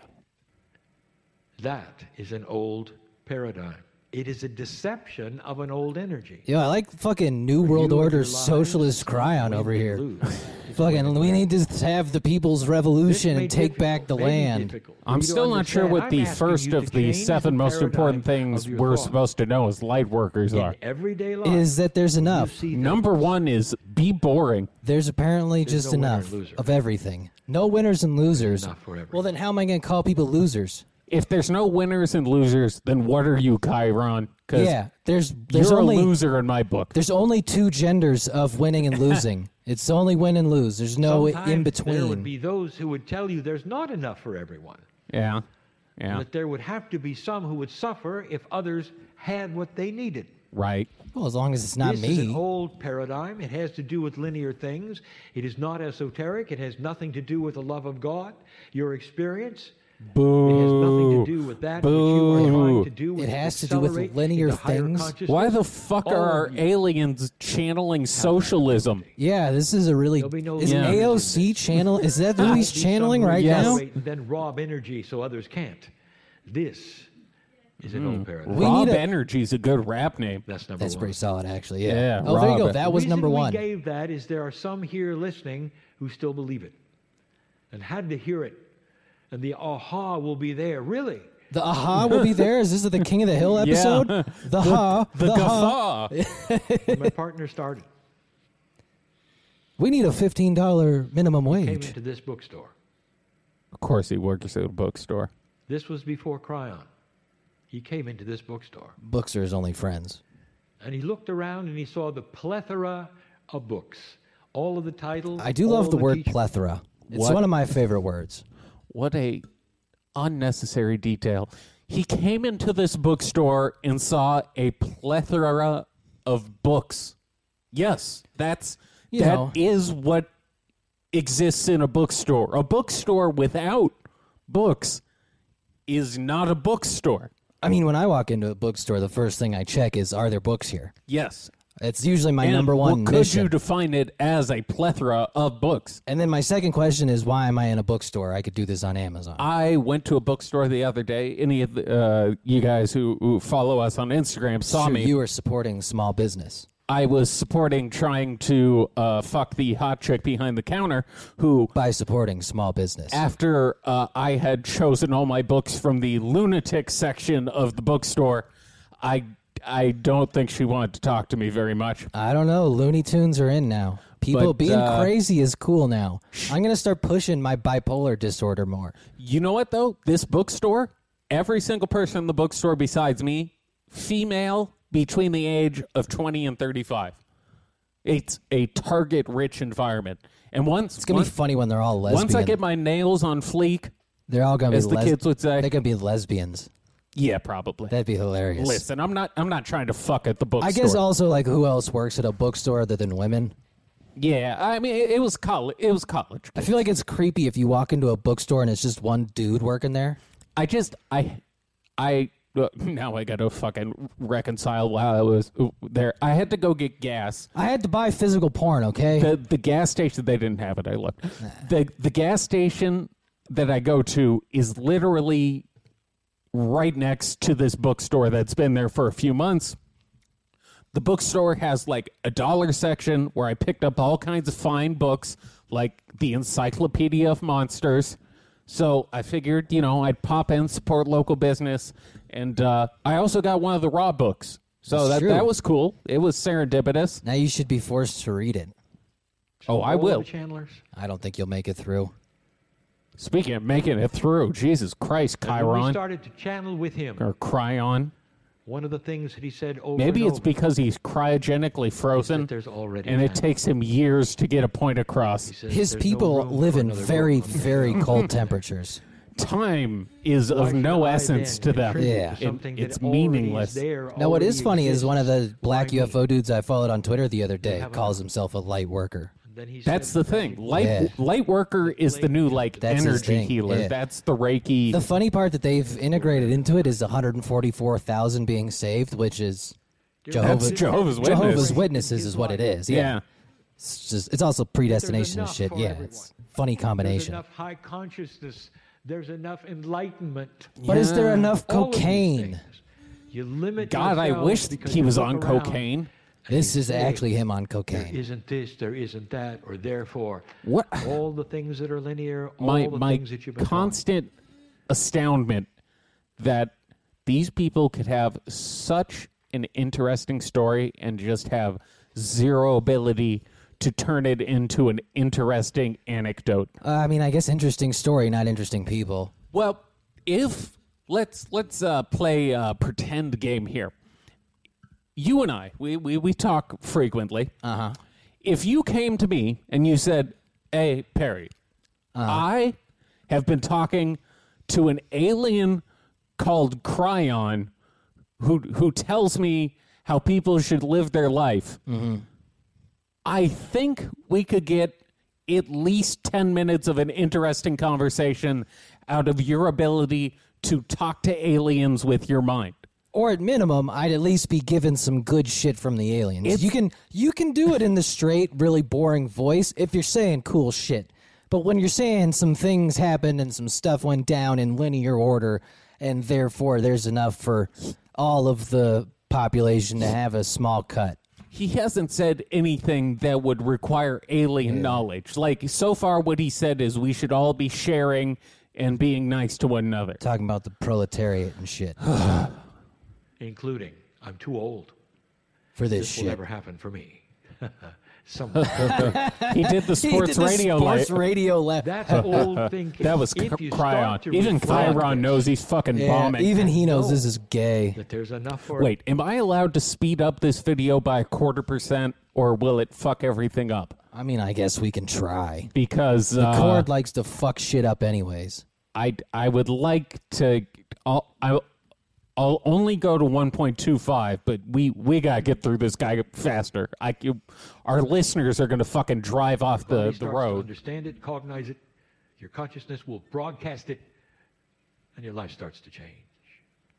Speaker 6: That is an old paradigm. It is a deception of an old energy.
Speaker 1: Yo, I like fucking New World
Speaker 6: You and
Speaker 1: Order
Speaker 6: your lies,
Speaker 1: socialist cryon
Speaker 6: win
Speaker 1: over
Speaker 6: and
Speaker 1: here.
Speaker 6: lose.
Speaker 1: Fucking, we need to have the people's
Speaker 6: This
Speaker 1: revolution
Speaker 6: may
Speaker 1: and take back
Speaker 6: difficult-
Speaker 1: the
Speaker 6: may be
Speaker 1: land.
Speaker 6: difficult for
Speaker 2: I'm
Speaker 6: you to
Speaker 2: still not sure
Speaker 6: understand.
Speaker 2: what
Speaker 6: I'm
Speaker 2: the
Speaker 6: asking
Speaker 2: first
Speaker 6: you to
Speaker 2: of the
Speaker 6: change
Speaker 2: seven most
Speaker 6: paradigm
Speaker 2: important
Speaker 6: of
Speaker 2: things
Speaker 6: your
Speaker 2: we're
Speaker 6: thought.
Speaker 2: supposed to know as light workers
Speaker 6: in
Speaker 2: are.
Speaker 6: everyday life.
Speaker 1: Is that there's
Speaker 6: you
Speaker 1: enough?
Speaker 6: see that
Speaker 2: Number one is be boring.
Speaker 1: There's apparently
Speaker 6: There's
Speaker 1: just
Speaker 6: no winner and
Speaker 1: enough
Speaker 6: loser.
Speaker 1: of everything. No winners and losers.
Speaker 6: enough for
Speaker 1: Well,
Speaker 6: everyone.
Speaker 1: then how am I going to call people losers?
Speaker 2: If there's no winners and losers, then what are you, Chiron? Because
Speaker 1: Yeah, there's there's
Speaker 2: you're
Speaker 1: only
Speaker 2: a loser in my book.
Speaker 1: there's only two genders of winning and losing. it's only win and lose. There's no
Speaker 6: Sometimes
Speaker 1: in
Speaker 6: There
Speaker 1: between.
Speaker 6: would be those who would tell you there's not enough for everyone.
Speaker 2: Yeah. Yeah.
Speaker 6: That there would have to be some who would suffer if others had what they needed.
Speaker 2: Right.
Speaker 1: well, as long as it's not
Speaker 6: this is an
Speaker 1: me.
Speaker 6: old paradigm. It has to do with linear things. It is not esoteric. It has nothing to do with the love of God, your experience.
Speaker 2: Boo.
Speaker 6: It has nothing to do with that which you are trying to do.
Speaker 1: It
Speaker 6: which
Speaker 1: has to do with
Speaker 6: accelerate
Speaker 1: linear
Speaker 6: into higher
Speaker 1: things.
Speaker 6: consciousness.
Speaker 2: Why the fuck
Speaker 6: All
Speaker 2: are our
Speaker 6: of you.
Speaker 2: aliens channeling socialism?
Speaker 1: Yeah, this is a really
Speaker 6: There'll be no
Speaker 1: is
Speaker 2: losers in
Speaker 1: AOC channel. Is that who
Speaker 6: There
Speaker 1: he's
Speaker 6: will be
Speaker 1: channeling
Speaker 6: some
Speaker 1: right
Speaker 6: who
Speaker 2: Yes.
Speaker 1: now?
Speaker 6: accelerate and Then rob energy so others can't. This is an old paradigm.
Speaker 1: Hmm. We
Speaker 2: Rob
Speaker 1: need a-
Speaker 2: Energy's a good rap name.
Speaker 6: That's number
Speaker 1: That's
Speaker 6: one.
Speaker 1: pretty solid, actually. Yeah.
Speaker 2: Yeah,
Speaker 1: oh, there you go.
Speaker 2: Robin.
Speaker 1: That was
Speaker 6: reason
Speaker 1: number
Speaker 6: we
Speaker 1: one.
Speaker 6: gave that is there are some here listening who still believe it and had to hear it. And the aha will be there. Really?
Speaker 1: The aha will be there. Is this the King of the Hill episode? The ha,
Speaker 2: The,
Speaker 1: ha.
Speaker 2: guffaw.
Speaker 6: When my partner started,
Speaker 1: We need a fifteen dollar minimum
Speaker 6: came
Speaker 1: wage.
Speaker 6: into this bookstore.
Speaker 2: Of course, he works at a bookstore.
Speaker 6: This was before Cryon. He came into this bookstore
Speaker 1: Books are his only friends.
Speaker 6: and he looked around and he saw the plethora of books. All of the titles.
Speaker 1: I do
Speaker 6: all
Speaker 1: love
Speaker 6: of
Speaker 1: the word
Speaker 6: teachers.
Speaker 1: plethora. It's
Speaker 2: What?
Speaker 1: one of my favorite words.
Speaker 2: What a unnecessary detail. He came into this bookstore and saw a plethora of books. Yes, that's that
Speaker 1: You
Speaker 2: is
Speaker 1: know.
Speaker 2: what exists in a bookstore. A bookstore without books is not a bookstore.
Speaker 1: I mean, when I walk into a bookstore, the first thing I check is, are there books here?
Speaker 2: Yes.
Speaker 1: It's usually my
Speaker 2: And
Speaker 1: number one
Speaker 2: what
Speaker 1: mission.
Speaker 2: Could you define it as a plethora of books?
Speaker 1: and then my second question is, why am I in a bookstore? I could do this on Amazon.
Speaker 2: I went to a bookstore the other day. Any of the, uh, you guys who, who follow us on Instagram saw
Speaker 1: Sure,
Speaker 2: me.
Speaker 1: You are supporting small business.
Speaker 2: I was supporting trying to uh, fuck the hot chick behind the counter who,
Speaker 1: By supporting small business.
Speaker 2: after uh, I had chosen all my books from the lunatic section of the bookstore, I I don't think she wanted to talk to me very much.
Speaker 1: I don't know. Looney Tunes are in now. People
Speaker 2: But,
Speaker 1: being
Speaker 2: uh,
Speaker 1: crazy is cool now. I'm going to start pushing my bipolar disorder more.
Speaker 2: You know what though? This bookstore, every single person in the bookstore besides me, female between the age of 20 and 35. It's a target rich environment. And once
Speaker 1: It's going to
Speaker 2: once,
Speaker 1: be funny when they're all lesbian.
Speaker 2: once I get my nails on fleek,
Speaker 1: they're all going to be
Speaker 2: as the
Speaker 1: les-
Speaker 2: kids would say-
Speaker 1: They're going to be lesbians.
Speaker 2: yeah, probably.
Speaker 1: That'd be hilarious.
Speaker 2: Listen, I'm not I'm not trying to fuck at the bookstore.
Speaker 1: I guess also like who else works at a bookstore other than women?
Speaker 2: Yeah, I mean it, it was college. It was college.
Speaker 1: I feel like it's creepy if you walk into a bookstore and it's just one dude working there.
Speaker 2: I just I I uh, now I got to fucking reconcile while I was there. I had to go get gas.
Speaker 1: I had to buy physical porn, okay?
Speaker 2: The the gas station they didn't have it. I looked. The the gas station that I go to is literally right next to this bookstore that's been there for a few months. The bookstore has like a dollar section where I picked up all kinds of fine books, like the Encyclopedia of Monsters. So I figured, you know, I'd pop in, support local business, and uh, I also got one of the raw books. So
Speaker 1: That's
Speaker 2: that,
Speaker 1: true.
Speaker 2: that was cool. It was serendipitous.
Speaker 1: now you should be forced to read it.
Speaker 2: Oh, I
Speaker 6: All the
Speaker 2: will.
Speaker 6: Chandlers.
Speaker 1: I don't think you'll make it through.
Speaker 2: Speaking of making it through, Jesus Christ,
Speaker 6: And when we
Speaker 2: Chiron
Speaker 6: started to channel with him.
Speaker 2: or Cryon.
Speaker 6: One of the things that he said over
Speaker 2: Maybe
Speaker 6: and
Speaker 2: it's
Speaker 6: over
Speaker 2: because he's cryogenically frozen,
Speaker 6: that there's already
Speaker 2: and it
Speaker 6: time.
Speaker 2: takes him years to get a point across.
Speaker 6: He says,
Speaker 1: His
Speaker 6: "There's no
Speaker 1: people
Speaker 6: room for
Speaker 1: live in
Speaker 6: another
Speaker 1: very,
Speaker 6: room on the
Speaker 1: very cold temperatures.
Speaker 2: Time is
Speaker 6: Why
Speaker 2: of
Speaker 6: should
Speaker 2: no
Speaker 6: I
Speaker 2: essence
Speaker 6: then
Speaker 2: to them.
Speaker 6: contribute
Speaker 1: Yeah.
Speaker 2: It-
Speaker 6: something that
Speaker 2: it's
Speaker 6: already is
Speaker 2: meaningless.
Speaker 6: there,
Speaker 1: Now, what
Speaker 6: already
Speaker 1: is funny is one of the
Speaker 6: exists?
Speaker 1: black
Speaker 6: Why me?
Speaker 1: UFO dudes I followed on Twitter the other day
Speaker 6: have a-
Speaker 1: calls himself a light worker.
Speaker 6: Then he
Speaker 2: That's
Speaker 6: said,
Speaker 2: the thing. Light
Speaker 1: Yeah.
Speaker 2: light worker is the new like
Speaker 1: That's his
Speaker 2: energy
Speaker 1: thing,
Speaker 2: healer.
Speaker 1: yeah.
Speaker 2: That's the Reiki.
Speaker 1: The funny part that they've integrated into it is 144,000 being saved, which is Jehovah,
Speaker 2: That's Jehovah's Witness.
Speaker 1: Jehovah's Witnesses is what it is. Yeah.
Speaker 2: yeah.
Speaker 1: It's, just, it's also predestination and
Speaker 6: enough
Speaker 1: shit.
Speaker 6: for
Speaker 1: Yeah,
Speaker 6: everyone.
Speaker 1: it's a funny
Speaker 6: There's
Speaker 1: combination.
Speaker 6: enough high consciousness. There's enough enlightenment.
Speaker 1: But is there
Speaker 2: Yeah.
Speaker 1: enough
Speaker 6: All of these
Speaker 1: cocaine?
Speaker 6: things. You limit.
Speaker 2: God, I
Speaker 6: yourself
Speaker 2: wish
Speaker 6: because
Speaker 2: he
Speaker 6: you
Speaker 2: was
Speaker 6: look
Speaker 2: on
Speaker 6: around,
Speaker 2: cocaine.
Speaker 1: This is
Speaker 6: Yeah.
Speaker 1: actually him on
Speaker 6: There
Speaker 1: cocaine.
Speaker 6: isn't this. There isn't that. Or therefore,
Speaker 2: What-
Speaker 6: All the things that are linear. All
Speaker 2: my
Speaker 6: the
Speaker 2: my
Speaker 6: things that you've been taught.
Speaker 2: constant astoundment that these people could have such an interesting story and just have zero ability to turn it into an interesting anecdote.
Speaker 1: Uh, I mean, I guess interesting story, not interesting people.
Speaker 2: Well, if let's let's uh, play a pretend game here. You and I, we we, we talk frequently. Uh huh. If you came to me and you said, "Hey Perry, I have been talking to an alien called Cryon, who who tells me how people should live their life." I think we could get at least 10 minutes of an interesting conversation out of your ability to talk to aliens with your mind.
Speaker 1: Or at minimum, I'd at least be given some good shit from the aliens. you can you can do it in the straight, really boring voice if you're saying cool shit. But when you're saying some things happened and some stuff went down in linear order, and therefore there's enough for all of the population to have a small cut.
Speaker 2: He hasn't said anything that would require alien knowledge. Like, so far, what he said is we should all be sharing and being nice to one another.
Speaker 1: Talking about the proletariat and shit
Speaker 6: including I'm too old.
Speaker 1: for this,
Speaker 6: This will
Speaker 1: shit.
Speaker 6: never happen for me. Someone.
Speaker 2: He did the
Speaker 1: He
Speaker 2: sports
Speaker 1: did the
Speaker 2: radio
Speaker 1: sports
Speaker 2: li-
Speaker 1: radio left.
Speaker 6: That's old thinking.
Speaker 2: That was
Speaker 6: If you
Speaker 2: Cryon.
Speaker 6: start to
Speaker 2: Even
Speaker 6: reflect
Speaker 2: Chiron
Speaker 6: this,
Speaker 2: knows he's fucking bombing.
Speaker 1: even he knows this is gay.
Speaker 6: that there's enough for
Speaker 2: Wait, am I allowed to speed up this video by a quarter percent or will it fuck everything up?
Speaker 1: I mean, I guess we can try.
Speaker 2: because uh,
Speaker 1: Cord likes to fuck shit up, anyways.
Speaker 2: I I would like to. I'll, I'll I'll only go to one point two five, but we we gotta get through this guy faster. I you, our listeners are gonna fucking drive off
Speaker 6: He
Speaker 2: uh, the,
Speaker 6: starts
Speaker 2: the
Speaker 6: to
Speaker 2: road.
Speaker 6: Understand it, cognize it. Your consciousness will broadcast it, and your life starts to change.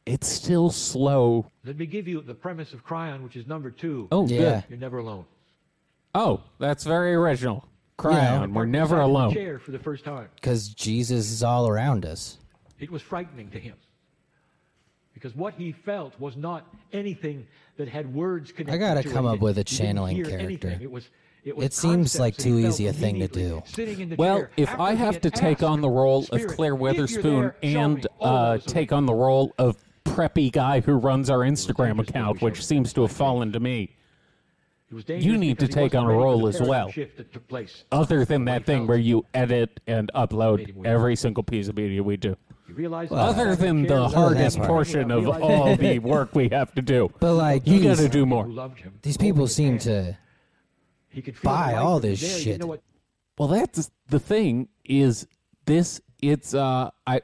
Speaker 2: It's still slow.
Speaker 6: Let me give you the premise of Cryon, which is number two.
Speaker 2: Oh
Speaker 1: Yeah.
Speaker 2: good.
Speaker 6: You're never alone.
Speaker 2: Oh, that's very original. Cryon,
Speaker 1: Yeah.
Speaker 2: we're
Speaker 6: Parked
Speaker 2: never
Speaker 6: beside the
Speaker 2: alone.
Speaker 6: Chair for the first time.
Speaker 1: Because Jesus is all around us.
Speaker 6: It was frightening to him because what he felt was not anything that had words connected.
Speaker 1: gotta
Speaker 6: to
Speaker 1: come
Speaker 6: it.
Speaker 1: up with a
Speaker 6: You didn't
Speaker 1: channeling
Speaker 6: hear
Speaker 1: character.
Speaker 6: anything. It was. It, was
Speaker 1: It seems
Speaker 6: concepts
Speaker 1: like
Speaker 6: that
Speaker 1: too
Speaker 6: he felt
Speaker 1: easy a thing to
Speaker 6: immediately,
Speaker 1: do.
Speaker 6: sitting in the
Speaker 2: Well,
Speaker 6: chair,
Speaker 2: if
Speaker 6: after
Speaker 2: I
Speaker 6: he
Speaker 2: have
Speaker 6: had
Speaker 2: to take
Speaker 6: asked,
Speaker 2: on the role
Speaker 6: "Spirit,
Speaker 2: of Claire
Speaker 6: if you're
Speaker 2: Witherspoon
Speaker 6: there, show me
Speaker 2: and
Speaker 6: all
Speaker 2: uh,
Speaker 6: those
Speaker 2: take on the role of preppy guy who runs our Instagram account, which seems to have fallen to me.
Speaker 6: It was dangerous
Speaker 2: You need
Speaker 6: because
Speaker 2: to
Speaker 6: he
Speaker 2: take
Speaker 6: wasn't
Speaker 2: on a
Speaker 6: ready for
Speaker 2: role
Speaker 6: the
Speaker 2: as
Speaker 6: paradigm
Speaker 2: well.
Speaker 6: Shift that took place.
Speaker 2: other than that thing where you edit and upload
Speaker 6: weird.
Speaker 2: every single piece of media we do.
Speaker 6: You realize
Speaker 1: Uh,
Speaker 2: Other than the
Speaker 1: that
Speaker 2: hardest
Speaker 1: part.
Speaker 2: portion of all the work we have to do.
Speaker 1: But like
Speaker 2: you got
Speaker 1: these,
Speaker 2: to do more.
Speaker 6: who loved him.
Speaker 1: these people
Speaker 6: holding his
Speaker 1: seem
Speaker 6: hand.
Speaker 1: to.
Speaker 6: He could feel the
Speaker 1: buy
Speaker 6: life
Speaker 1: all
Speaker 6: that was
Speaker 1: this
Speaker 6: there. You
Speaker 1: shit.
Speaker 6: know what?
Speaker 2: Well, that's the thing is this it's uh I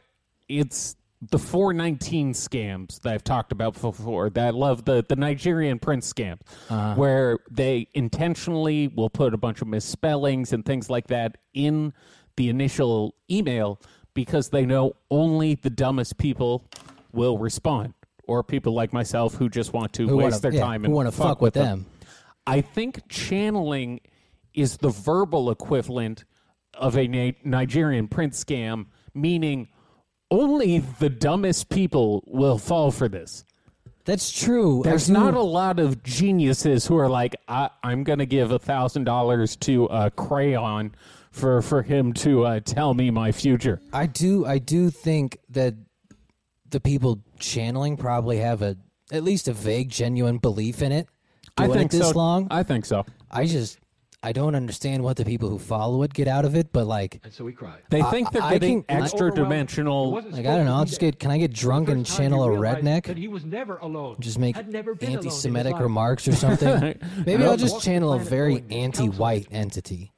Speaker 2: it's the 419 scams that I've talked about before that I love the the Nigerian prince scam
Speaker 1: Uh-huh.
Speaker 2: where they intentionally will put a bunch of misspellings and things like that in the initial email because they know only the dumbest people will respond, or people like myself who just want to
Speaker 1: Who
Speaker 2: waste
Speaker 1: wanna,
Speaker 2: their
Speaker 1: yeah,
Speaker 2: time
Speaker 1: who
Speaker 2: and
Speaker 1: wanna fuck, with them.
Speaker 2: I think channeling is the verbal equivalent of a Ni- Nigerian prince scam, meaning only the dumbest people will fall for this.
Speaker 1: That's true.
Speaker 2: There's
Speaker 1: I do-
Speaker 2: not a lot of geniuses who are like, I, I'm going to give a thousand dollars to uh, crayon for for him to uh, tell me my future.
Speaker 1: I do. I do think that the people channeling probably have a at least a vague, genuine belief in it. Doing
Speaker 2: I think
Speaker 1: it this
Speaker 2: so.
Speaker 1: long, I,
Speaker 2: I think so.
Speaker 1: just I don't understand what the people who follow it get out of it. But like,
Speaker 6: And so we cried.
Speaker 2: They
Speaker 1: I-
Speaker 2: think they're
Speaker 1: I
Speaker 2: getting
Speaker 1: can- I-
Speaker 2: extra dimensional.
Speaker 6: Wasn't
Speaker 1: like I
Speaker 6: supposed
Speaker 1: don't
Speaker 6: to
Speaker 1: know.
Speaker 6: be
Speaker 1: I'll just
Speaker 6: there.
Speaker 1: get. Can I get drunk
Speaker 6: First
Speaker 1: and
Speaker 6: time
Speaker 1: channel
Speaker 6: he
Speaker 1: a
Speaker 6: realized
Speaker 1: redneck?
Speaker 6: That he was never alone.
Speaker 1: Just make
Speaker 6: Had never been alone in his
Speaker 1: anti-Semitic
Speaker 6: life.
Speaker 1: remarks or something. Maybe
Speaker 6: No.
Speaker 1: I'll just
Speaker 6: Walk the
Speaker 1: channel a
Speaker 6: planet
Speaker 1: very
Speaker 6: going to council.
Speaker 1: anti-white entity.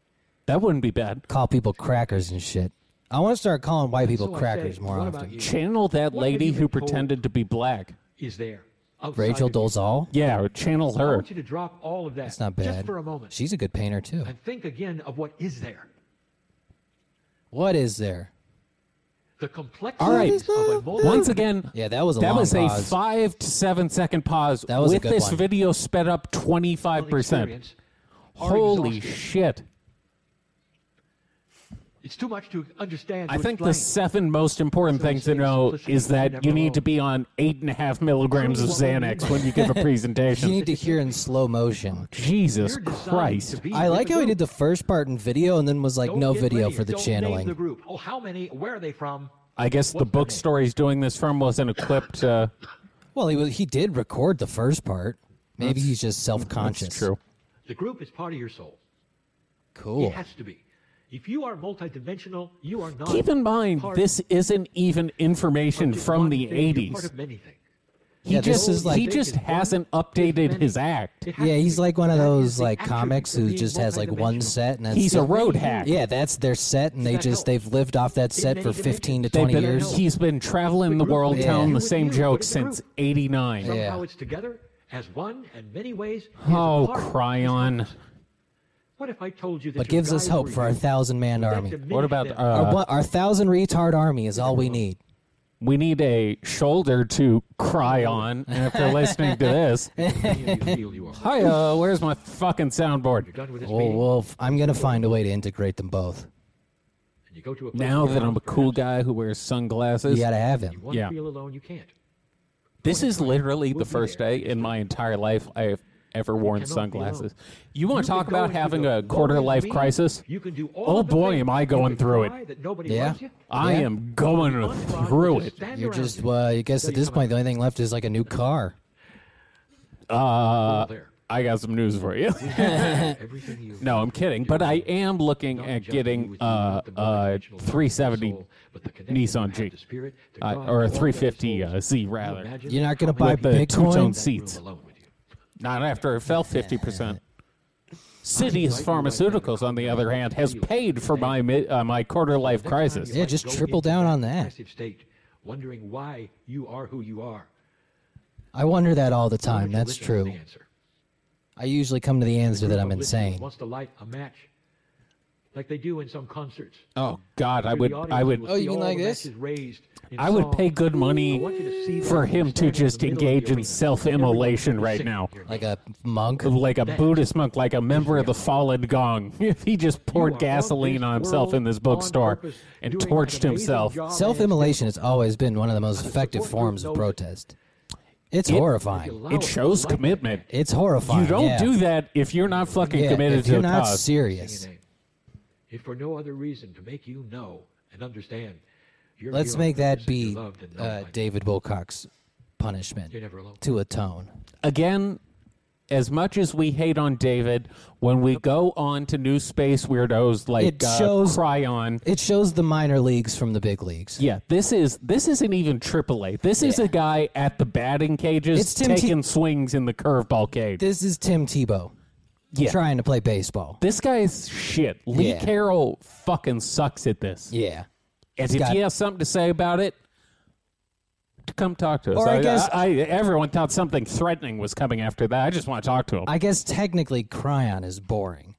Speaker 2: That wouldn't be bad.
Speaker 1: Call people crackers and shit. I want to start calling white people
Speaker 6: So I say,
Speaker 1: crackers more
Speaker 6: what about
Speaker 1: often.
Speaker 6: you?
Speaker 2: Channel that
Speaker 6: What have
Speaker 2: lady
Speaker 6: you
Speaker 2: who
Speaker 6: been told?
Speaker 2: pretended to be black.
Speaker 6: Is there outside
Speaker 1: Rachel
Speaker 6: of you.
Speaker 1: Dolezal.
Speaker 2: Yeah, or channel
Speaker 6: I
Speaker 2: her.
Speaker 6: want you to drop all of that.
Speaker 1: It's not bad.
Speaker 6: Just for a moment,
Speaker 1: She's a good painter too.
Speaker 6: and think again of what is there.
Speaker 1: What is there?
Speaker 6: The complexity.
Speaker 2: All right.
Speaker 6: Of a multi-
Speaker 2: Once again,
Speaker 1: Yeah, that was a
Speaker 2: that
Speaker 1: long
Speaker 2: was a
Speaker 1: pause.
Speaker 2: five to seven second pause.
Speaker 1: That was a
Speaker 2: with
Speaker 1: good
Speaker 2: this
Speaker 1: one.
Speaker 2: video sped up twenty five percent.
Speaker 6: experience are
Speaker 2: Holy
Speaker 6: exhausting.
Speaker 2: shit!
Speaker 6: It's too much to understand.
Speaker 2: I
Speaker 6: to
Speaker 2: think the
Speaker 6: explain.
Speaker 2: seven most important
Speaker 6: So
Speaker 2: things to
Speaker 6: say
Speaker 2: know
Speaker 6: simplicity
Speaker 2: is
Speaker 6: is
Speaker 2: that
Speaker 6: never
Speaker 2: you need
Speaker 6: wrong.
Speaker 2: to be on eight and a half milligrams of
Speaker 6: What we mean
Speaker 2: Xanax
Speaker 6: by
Speaker 2: when you give a
Speaker 1: You
Speaker 2: presentation.
Speaker 1: need to hear in slow motion.
Speaker 2: Jesus
Speaker 6: You're designed
Speaker 2: Christ!
Speaker 6: to be
Speaker 1: I
Speaker 6: with
Speaker 1: like
Speaker 6: the
Speaker 1: how he
Speaker 6: group.
Speaker 1: did the first part in video and then was like,
Speaker 6: Don't
Speaker 1: no
Speaker 6: get
Speaker 1: video
Speaker 6: linear.
Speaker 1: for the
Speaker 6: Don't name
Speaker 1: channeling.
Speaker 6: the group. Oh, how many? Where are they from?
Speaker 2: I guess the
Speaker 6: What's
Speaker 2: book
Speaker 6: her name?
Speaker 2: story's doing this from wasn't equipped. Uh,
Speaker 1: Well, he was, he did record the first part. Maybe he's just self
Speaker 2: it's
Speaker 1: conscious.
Speaker 2: true.
Speaker 6: The group is part of your soul. It
Speaker 1: Cool.
Speaker 6: has to be. If you are multidimensional, you are not.
Speaker 2: Keep in mind,
Speaker 6: part
Speaker 2: this isn't even
Speaker 6: of
Speaker 2: information
Speaker 6: just
Speaker 2: from
Speaker 6: one
Speaker 2: the
Speaker 6: thing, you're part
Speaker 2: '80s.
Speaker 6: of many things.
Speaker 2: He
Speaker 1: Yeah, this
Speaker 2: just
Speaker 1: is like-
Speaker 2: he just hasn't updated his act.
Speaker 6: It has
Speaker 1: Yeah,
Speaker 6: to
Speaker 1: he's
Speaker 6: be.
Speaker 1: like one of
Speaker 6: That is
Speaker 1: those
Speaker 6: the
Speaker 1: like
Speaker 6: attribute
Speaker 1: comics
Speaker 6: of
Speaker 1: who
Speaker 6: being
Speaker 1: just has like one
Speaker 6: multidimensional.
Speaker 1: set and that's
Speaker 2: He's a
Speaker 1: it.
Speaker 2: road hack.
Speaker 1: Yeah, that's their set and they
Speaker 6: That's
Speaker 1: just
Speaker 6: how-
Speaker 1: they've lived off that set
Speaker 6: many
Speaker 1: for
Speaker 6: dimensions.
Speaker 1: 15 to
Speaker 2: They've
Speaker 1: 20
Speaker 2: been-
Speaker 1: years.
Speaker 2: He's been traveling the
Speaker 6: The group
Speaker 2: world
Speaker 6: is
Speaker 2: telling
Speaker 6: you
Speaker 2: the
Speaker 6: with
Speaker 2: same
Speaker 6: you,
Speaker 2: joke
Speaker 6: but it's a group.
Speaker 2: since 89.
Speaker 1: Yeah.
Speaker 6: Somehow it's together as one and many ways. is a
Speaker 2: Oh,
Speaker 6: part of this
Speaker 2: Cryon.
Speaker 6: house. What if I told you that?
Speaker 1: But
Speaker 6: your
Speaker 1: gives us
Speaker 6: guys
Speaker 1: hope
Speaker 6: were
Speaker 1: for our
Speaker 6: you?
Speaker 1: thousand man
Speaker 6: Would that
Speaker 1: army.
Speaker 6: diminish
Speaker 2: What about
Speaker 6: them?
Speaker 1: Our,
Speaker 2: uh,
Speaker 1: one- our thousand retard army is all we need.
Speaker 2: we need a shoulder to cry on after listening to this?
Speaker 6: Many of you feel you are.
Speaker 2: Hi, uh, where's my fucking
Speaker 6: You're
Speaker 2: soundboard?
Speaker 6: done with this
Speaker 1: Well,
Speaker 6: meeting,
Speaker 1: well, f- I'm gonna find a way to integrate them both.
Speaker 6: and you go to a place
Speaker 2: Now
Speaker 6: where
Speaker 2: that I'm a
Speaker 6: perhaps
Speaker 2: cool guy who wears
Speaker 1: You
Speaker 2: sunglasses,
Speaker 1: gotta have
Speaker 6: You
Speaker 1: him.
Speaker 6: want
Speaker 2: Yeah.
Speaker 6: to feel alone, you can't.
Speaker 2: this is literally the
Speaker 6: We'll be
Speaker 2: first
Speaker 6: there.
Speaker 2: day in my entire life I've ever worn
Speaker 6: cannot be
Speaker 2: sunglasses.
Speaker 6: alone.
Speaker 2: You want
Speaker 6: You
Speaker 2: to talk
Speaker 6: can go
Speaker 2: about
Speaker 6: and you
Speaker 2: having
Speaker 6: go,
Speaker 2: a
Speaker 6: "Woe
Speaker 2: quarter
Speaker 6: is
Speaker 2: life
Speaker 6: me."
Speaker 2: crisis?
Speaker 6: You can do
Speaker 2: Oh
Speaker 6: all of the
Speaker 2: boy,
Speaker 6: things.
Speaker 2: am I
Speaker 6: You
Speaker 2: going
Speaker 6: can
Speaker 2: through
Speaker 6: cry
Speaker 2: it. Uh,
Speaker 6: that nobody
Speaker 1: Yeah.
Speaker 6: loves you.
Speaker 2: I
Speaker 1: Yeah.
Speaker 2: am going
Speaker 6: Untried,
Speaker 2: through
Speaker 6: just
Speaker 2: it.
Speaker 6: stand
Speaker 1: You're
Speaker 6: around
Speaker 1: just
Speaker 6: you.
Speaker 1: well. I guess at this point, the only thing left is like a new car.
Speaker 6: All there.
Speaker 2: I got some news for you.
Speaker 6: Everything you
Speaker 2: No, I'm kidding, but I am looking
Speaker 6: Not
Speaker 2: at
Speaker 6: just you
Speaker 2: getting
Speaker 6: with you,
Speaker 2: uh,
Speaker 6: but the
Speaker 2: uh,
Speaker 6: multidimensional part of the
Speaker 2: 370
Speaker 6: soul, but the connection
Speaker 2: Nissan
Speaker 6: you have
Speaker 2: Jeep.
Speaker 6: to spirit, to
Speaker 2: uh,
Speaker 6: God,
Speaker 2: or a
Speaker 6: all
Speaker 2: 350
Speaker 6: those
Speaker 2: uh,
Speaker 6: souls.
Speaker 2: Z
Speaker 6: Can you
Speaker 2: rather.
Speaker 6: imagine
Speaker 1: You're not gonna
Speaker 6: how many
Speaker 1: buy
Speaker 2: With
Speaker 6: people
Speaker 2: the
Speaker 6: in that
Speaker 2: two-tone
Speaker 6: room
Speaker 1: Bitcoin?
Speaker 2: seats.
Speaker 6: alone with you?
Speaker 2: Not after it fell 50%. Cities Pharmaceuticals, on the other hand, has paid for my mi- uh, my quarter life
Speaker 6: Next time
Speaker 2: crisis.
Speaker 6: you
Speaker 1: Yeah,
Speaker 6: might
Speaker 1: just
Speaker 6: go
Speaker 1: triple
Speaker 6: into
Speaker 1: down on that.
Speaker 6: Passive state, wondering why you are who you are.
Speaker 1: I wonder that all the
Speaker 6: Why
Speaker 1: time.
Speaker 6: would you
Speaker 1: That's
Speaker 6: listen to the
Speaker 1: true.
Speaker 6: answer?
Speaker 1: I usually come to the answer that
Speaker 6: Group
Speaker 1: I'm
Speaker 6: of listeners
Speaker 1: insane.
Speaker 6: Wants to light a match, like they do in some concerts.
Speaker 2: Oh God, I
Speaker 6: Through
Speaker 2: would
Speaker 6: the audience,
Speaker 2: I would
Speaker 6: will
Speaker 1: Oh, you
Speaker 6: see
Speaker 1: mean
Speaker 6: all
Speaker 1: like
Speaker 6: the
Speaker 1: this?
Speaker 6: matches raised in
Speaker 2: I would
Speaker 6: song.
Speaker 2: pay good
Speaker 6: I want you
Speaker 2: money
Speaker 6: to see them
Speaker 2: for him
Speaker 6: standing
Speaker 2: to
Speaker 6: in the
Speaker 2: just
Speaker 6: middle of the
Speaker 2: engage in
Speaker 6: arena.
Speaker 2: self-immolation
Speaker 6: Everyone
Speaker 2: right
Speaker 6: singing
Speaker 2: now.
Speaker 6: your name.
Speaker 1: Like a monk.
Speaker 2: Like a Buddhist monk, like a member of the fallen gong. If he just
Speaker 6: You
Speaker 2: poured
Speaker 6: are
Speaker 2: gasoline
Speaker 6: on
Speaker 2: on
Speaker 6: this
Speaker 2: himself in this
Speaker 6: world on
Speaker 2: bookstore
Speaker 6: purpose,
Speaker 2: and
Speaker 6: doing an
Speaker 2: torched
Speaker 6: amazing
Speaker 2: himself.
Speaker 6: job
Speaker 1: Self-immolation has always been one of the most effective
Speaker 6: support group
Speaker 1: forms of
Speaker 6: knows it.
Speaker 1: protest. It's
Speaker 6: and you
Speaker 1: horrifying.
Speaker 6: allow
Speaker 2: It shows
Speaker 6: to light
Speaker 2: commitment.
Speaker 1: It's horrifying.
Speaker 2: You don't
Speaker 1: yeah.
Speaker 2: do that if you're not fucking
Speaker 1: Yeah,
Speaker 2: committed
Speaker 1: if
Speaker 2: to
Speaker 1: you're
Speaker 2: the
Speaker 1: not
Speaker 2: cause.
Speaker 6: that
Speaker 1: serious.
Speaker 6: singing name. If for no other reason to make you know and understand. You're
Speaker 1: Let's
Speaker 6: here on
Speaker 1: make
Speaker 6: purpose
Speaker 1: that
Speaker 6: and you're
Speaker 1: be
Speaker 6: loved and known
Speaker 1: uh,
Speaker 6: by
Speaker 1: David Wilcox's punishment
Speaker 6: You're never alone.
Speaker 1: to atone.
Speaker 2: Again, as much as we hate on David, when we go on to new space weirdos like
Speaker 1: It
Speaker 2: uh,
Speaker 1: shows-
Speaker 2: Cryon,
Speaker 1: It shows the minor leagues from the big leagues.
Speaker 2: yeah, this is this isn't even AAA. This is a guy at the batting cages
Speaker 1: It's Tim T-
Speaker 2: taking swings in the curveball cage. This,
Speaker 1: This is Tim Tebow
Speaker 2: Yeah.
Speaker 1: trying to play baseball.
Speaker 2: guy's shit. Lee
Speaker 1: Yeah.
Speaker 2: Carroll fucking sucks at this.
Speaker 1: Yeah.
Speaker 2: And
Speaker 1: He's
Speaker 2: if
Speaker 1: got-
Speaker 2: you have something to say about it, to come talk to us.
Speaker 1: Or I guess-
Speaker 2: I, everyone thought something threatening was coming after that. I just want to talk to him.
Speaker 1: I guess technically Cryon is boring.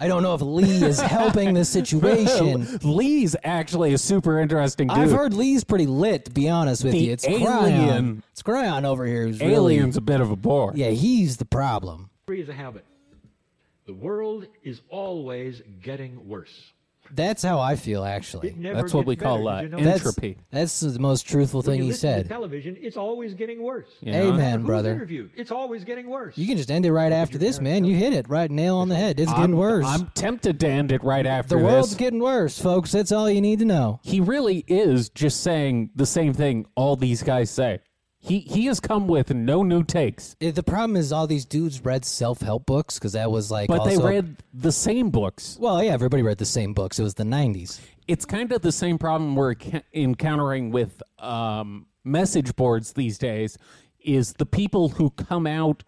Speaker 1: I don't know if Lee is helping the situation.
Speaker 2: Lee's actually a super interesting dude.
Speaker 1: I've heard Lee's pretty lit, to be honest with
Speaker 2: The
Speaker 1: you. It's Cryon.
Speaker 2: alien-
Speaker 1: It's Cryon over here who's
Speaker 2: Alien's a bit of a bore.
Speaker 1: really. Yeah, he's the problem.
Speaker 6: Free is a habit. The world is always getting worse.
Speaker 1: That's how I feel, actually.
Speaker 6: It never
Speaker 2: That's what
Speaker 6: gets
Speaker 2: we call
Speaker 6: better.
Speaker 2: uh,
Speaker 6: Did you know that?
Speaker 1: That's,
Speaker 2: entropy.
Speaker 1: that's the most truthful thing
Speaker 6: When you
Speaker 1: he
Speaker 6: listen to
Speaker 1: said.
Speaker 6: television, it's always getting worse.
Speaker 2: you know?
Speaker 1: Amen,
Speaker 6: Who's
Speaker 1: brother.
Speaker 6: interviewed? It's always getting worse.
Speaker 1: You can just end it right after this, man. You hit it right nail on the head. It's getting worse.
Speaker 2: I'm tempted to end it right after
Speaker 1: the world's
Speaker 2: this.
Speaker 1: getting worse, folks. That's all you need to know.
Speaker 2: he really is just saying the same thing all these guys say. He he has come with no new takes,
Speaker 1: It- the problem is all these dudes read self-help books because that was like
Speaker 2: but they
Speaker 1: also-
Speaker 2: read the same books.
Speaker 1: Well, yeah, everybody read the same books. It was the 90s.
Speaker 2: It's kind of the same problem we're ca- encountering with um, message boards these days. Is the people who come out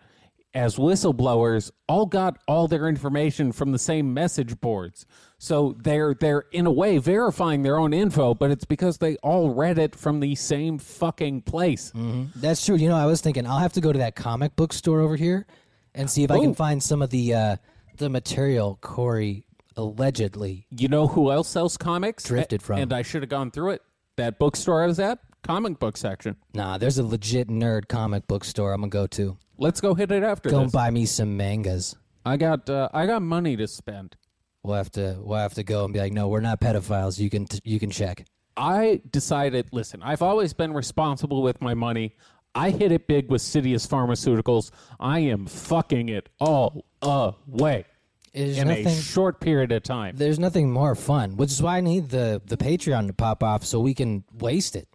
Speaker 2: as whistleblowers all got all their information from the same message boards? So they're they're in a way verifying their own info, but it's because they all read it from the same fucking place.
Speaker 1: That's true. You know, I was thinking I'll have to go to that comic book store over here and see if I can find some of the uh, the material Corey allegedly.
Speaker 2: You know who else sells comics?
Speaker 1: Drifted
Speaker 2: A-
Speaker 1: from.
Speaker 2: And I should have gone through it. That bookstore I was at, comic book section.
Speaker 1: Nah, there's a legit nerd comic book store I'm gonna go to.
Speaker 2: Let's go hit it after
Speaker 1: Go
Speaker 2: this.
Speaker 1: buy me some mangas.
Speaker 2: I got uh, I got money to spend.
Speaker 1: We'll have to we'll have to go and be like, no, we're not pedophiles. You can t- you can check.
Speaker 2: I decided, listen, I've always been responsible with my money. I hit it big with Sidious Pharmaceuticals. I am fucking it all away
Speaker 1: There's
Speaker 2: in
Speaker 1: nothing.
Speaker 2: a short period of time.
Speaker 1: there's nothing more fun, which is why I need the the Patreon to pop off so we can waste it.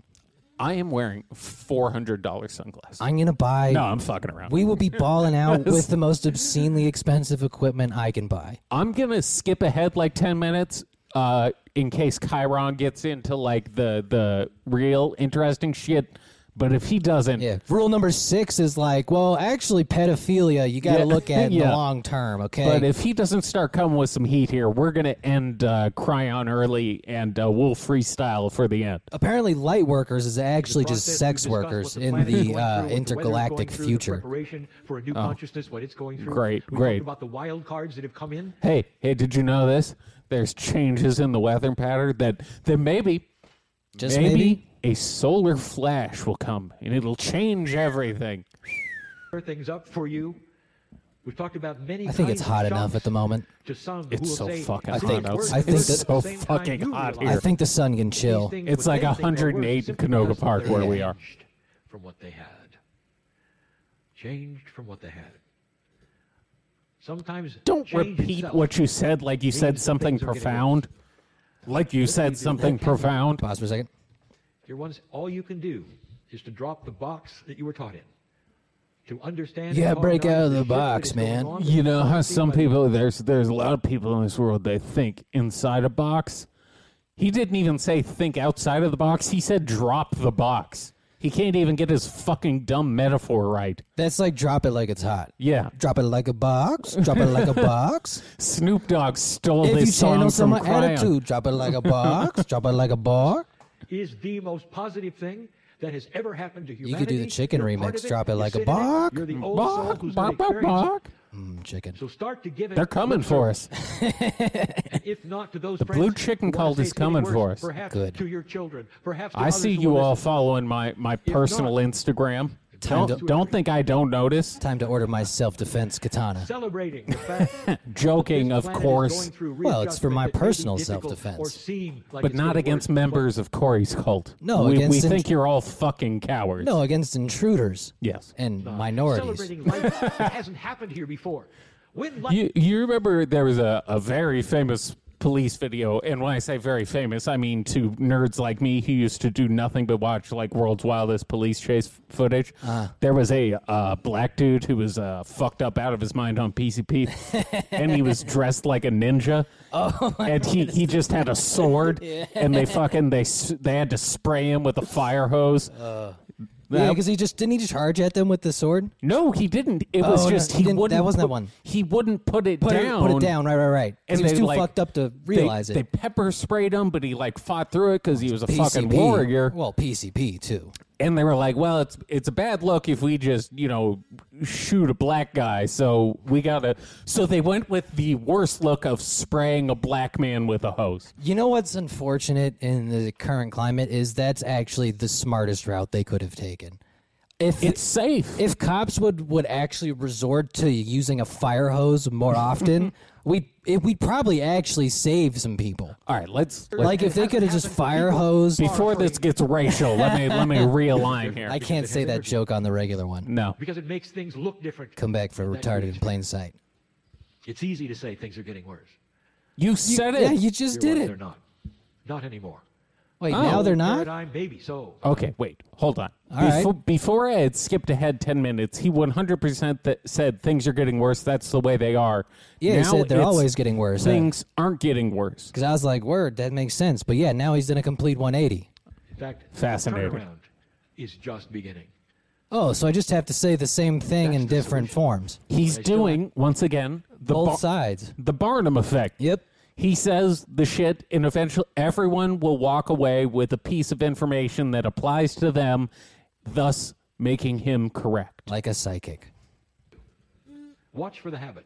Speaker 2: I am wearing $400 sunglasses.
Speaker 1: I'm gonna buy.
Speaker 2: no, I'm fucking around.
Speaker 1: We will be balling out with the most obscenely expensive equipment I can buy.
Speaker 2: I'm gonna skip ahead like ten minutes uh, in case Chiron gets into like the the real interesting shit. But if he doesn't,
Speaker 1: Yeah. Rule number six is like, well, actually, pedophilia you got to
Speaker 2: Yeah.
Speaker 1: look at in the
Speaker 2: Yeah.
Speaker 1: long term, okay?
Speaker 2: but if he doesn't start coming with some heat here, we're gonna end uh, Cryon early and uh, we'll freestyle for the end.
Speaker 1: Apparently, light workers is actually
Speaker 6: process,
Speaker 1: just
Speaker 6: we
Speaker 1: sex
Speaker 6: discussed what
Speaker 1: workers
Speaker 6: the
Speaker 1: in
Speaker 6: planet is
Speaker 1: the
Speaker 6: going
Speaker 1: uh,
Speaker 6: through, what the weather is going
Speaker 1: intergalactic
Speaker 6: through, the
Speaker 1: future. Oh.
Speaker 6: preparation for a new consciousness, what it's going through.
Speaker 2: Great,
Speaker 6: we
Speaker 2: great.
Speaker 6: Talked about the wild cards that have come in.
Speaker 2: Hey, hey, did you know this? There's changes in the weather pattern that that maybe
Speaker 1: Just
Speaker 2: maybe,
Speaker 1: maybe?
Speaker 2: a solar flash will come and it'll change everything.
Speaker 6: Clear things up for you. We've talked about many.
Speaker 1: I think it's
Speaker 6: kinds of
Speaker 1: hot enough
Speaker 6: shocks
Speaker 1: at the moment.
Speaker 6: To some,
Speaker 2: It's
Speaker 6: who will
Speaker 2: so
Speaker 6: say
Speaker 2: fucking
Speaker 6: it's
Speaker 1: hot
Speaker 6: not
Speaker 1: outside.
Speaker 6: worth
Speaker 1: I
Speaker 6: it.
Speaker 1: think
Speaker 6: At
Speaker 1: that-
Speaker 6: the
Speaker 2: so
Speaker 6: same time,
Speaker 2: fucking
Speaker 6: you
Speaker 2: hot here.
Speaker 6: realize
Speaker 1: I think the sun can chill.
Speaker 6: these things
Speaker 2: It's
Speaker 6: would
Speaker 2: like
Speaker 6: then think they were
Speaker 2: 108 in
Speaker 6: simply
Speaker 2: Canoga
Speaker 6: because
Speaker 2: Park
Speaker 6: they're
Speaker 2: where we are.
Speaker 6: changed From what they had. Changed from what they had. Sometimes
Speaker 2: Don't
Speaker 6: change
Speaker 2: repeat
Speaker 6: itself
Speaker 2: what you said like you said
Speaker 6: that
Speaker 2: something
Speaker 6: things are getting
Speaker 2: profound. Like you said something profound.
Speaker 1: Pause for a second.
Speaker 6: Dear ones, all you can do is to drop the box that you were taught in. To understand.
Speaker 1: Yeah,
Speaker 6: and
Speaker 1: break
Speaker 6: harmonize
Speaker 1: out of the
Speaker 6: shift that
Speaker 1: box,
Speaker 6: is going
Speaker 1: man.
Speaker 6: on
Speaker 2: You know how
Speaker 6: between
Speaker 2: some
Speaker 6: bodies.
Speaker 2: people there's there's a lot of people in this world they think inside a box. He didn't even say think outside of the box. He said drop the box. He can't even get his fucking dumb metaphor right.
Speaker 1: That's like drop it like it's hot.
Speaker 2: Yeah.
Speaker 1: Drop it like a box. Drop it like a box.
Speaker 2: Snoop Dogg stole
Speaker 1: if you
Speaker 2: this song
Speaker 1: channel
Speaker 2: from
Speaker 1: some
Speaker 2: Cryon.
Speaker 1: attitude, drop it like a box. drop it like a bar.
Speaker 6: Is the most positive thing that has ever happened to
Speaker 1: could do
Speaker 6: humanity.
Speaker 1: the chicken
Speaker 6: You're part
Speaker 1: remix,
Speaker 6: of it.
Speaker 1: drop it
Speaker 6: You
Speaker 1: like a
Speaker 6: sit in
Speaker 1: bark.
Speaker 6: You're the old soul
Speaker 2: Bark,
Speaker 6: who's been
Speaker 2: bark, bark,
Speaker 6: experiencing-
Speaker 2: bark.
Speaker 1: Mm, chicken.
Speaker 6: So start to give it.
Speaker 2: They're coming for us.
Speaker 6: If not to those
Speaker 2: The
Speaker 6: friends
Speaker 2: blue chicken
Speaker 6: who wanna
Speaker 2: cult
Speaker 6: say
Speaker 2: is
Speaker 6: it's getting
Speaker 2: coming
Speaker 6: worse,
Speaker 2: for us.
Speaker 6: Perhaps
Speaker 1: Good.
Speaker 6: to your children. Perhaps to
Speaker 2: I
Speaker 6: others
Speaker 2: see
Speaker 6: who
Speaker 2: you
Speaker 6: will
Speaker 2: all
Speaker 6: listen.
Speaker 2: following my, my personal Instagram.
Speaker 1: Time to-
Speaker 2: Don't, don't think I don't notice.
Speaker 1: Time to order my self-defense katana.
Speaker 6: Celebrating the fact. that
Speaker 2: Joking,
Speaker 6: this
Speaker 2: of
Speaker 6: planet is
Speaker 2: course,
Speaker 6: going through
Speaker 1: Well, it's for
Speaker 6: readjustment
Speaker 1: my
Speaker 6: that may be
Speaker 1: personal
Speaker 6: difficult or
Speaker 1: self-defense.
Speaker 6: seem like
Speaker 2: but
Speaker 6: it's
Speaker 2: not
Speaker 6: getting
Speaker 2: against
Speaker 6: worse, but
Speaker 2: members of Corey's cult.
Speaker 1: No,
Speaker 2: we,
Speaker 1: against
Speaker 2: we
Speaker 1: int-
Speaker 2: think you're all fucking cowards.
Speaker 1: No, against intruders.
Speaker 2: Yes.
Speaker 1: And minorities.
Speaker 6: Celebrating life that hasn't happened here before. When life
Speaker 2: You, you remember there was a, a very famous police video, and when I say very famous, I mean to nerds like me who used to do nothing but watch like world's wildest police chase f- footage.
Speaker 1: Ah.
Speaker 2: There was a uh, black dude who was uh, fucked up out of his mind on PCP, and he was dressed like a ninja. Oh, and he, he just had a sword, and they fucking they s- they had to spray him with a fire hose.
Speaker 1: Uh. Yeah, because he just didn't he just charge at them with the sword.
Speaker 2: No, he didn't. It
Speaker 1: Oh,
Speaker 2: was
Speaker 1: no,
Speaker 2: just
Speaker 1: he
Speaker 2: he,
Speaker 1: didn't- that
Speaker 2: wouldn't.
Speaker 1: wasn't that
Speaker 2: put-
Speaker 1: one.
Speaker 2: He wouldn't put it
Speaker 1: Put
Speaker 2: down.
Speaker 1: it, put it down. Right, right, right. 'Cause
Speaker 2: And
Speaker 1: he was
Speaker 2: they,
Speaker 1: too
Speaker 2: like-
Speaker 1: fucked up to
Speaker 2: they-
Speaker 1: realize
Speaker 2: They
Speaker 1: it.
Speaker 2: pepper sprayed him, but he like fought through it because he was a fucking
Speaker 1: PCP.
Speaker 2: warrior.
Speaker 1: Well, PCP too.
Speaker 2: And they were like, "Well, it's it's a bad look if we just you know shoot a black guy, so we gotta. So they went with the worst look of spraying a black man with a hose.
Speaker 1: You know what's unfortunate in the current climate is that's actually the smartest route they could have taken. If
Speaker 2: It's safe.
Speaker 1: if cops would would actually resort to using a fire hose more often, we it, we'd probably actually save some people.
Speaker 2: All right, let's. let's-
Speaker 1: Like if they could have just fire hose.
Speaker 2: before this gets racial, let me let me realign here.
Speaker 1: I can't say that joke on the regular one.
Speaker 2: no,
Speaker 6: because it makes things look different.
Speaker 1: Come back for retarded in plain sight.
Speaker 6: It's easy to say things are getting worse.
Speaker 2: you said
Speaker 1: Yeah,
Speaker 2: it.
Speaker 1: you just
Speaker 6: You're
Speaker 1: did
Speaker 6: right, They're
Speaker 1: it.
Speaker 6: not. Not anymore.
Speaker 1: Wait,
Speaker 2: Oh.
Speaker 1: now they're not.
Speaker 6: Paradigm, baby. So
Speaker 2: Okay, wait, hold on.
Speaker 1: All right.
Speaker 2: before, before I had skipped ahead 10 minutes, he 100% that said things are getting worse. That's the way they are.
Speaker 1: Yeah, he
Speaker 2: Now
Speaker 1: said they're
Speaker 2: it's
Speaker 1: always getting worse.
Speaker 2: Things aren't getting worse.
Speaker 1: Because I was like, word, that makes sense. But yeah, now he's done a complete 180.
Speaker 6: in fact, the
Speaker 2: Fascinating.
Speaker 6: turnaround is just beginning.
Speaker 1: Oh, so I just have to say the same thing in
Speaker 6: That's the
Speaker 1: different forms.
Speaker 2: He's doing, once again, the,
Speaker 1: Both
Speaker 2: Bar-
Speaker 1: sides.
Speaker 2: the Barnum effect.
Speaker 1: Yep.
Speaker 2: He says the shit, and eventually everyone will walk away with a piece of information that applies to them, thus making him correct.
Speaker 1: Like a psychic.
Speaker 6: Watch for the habit.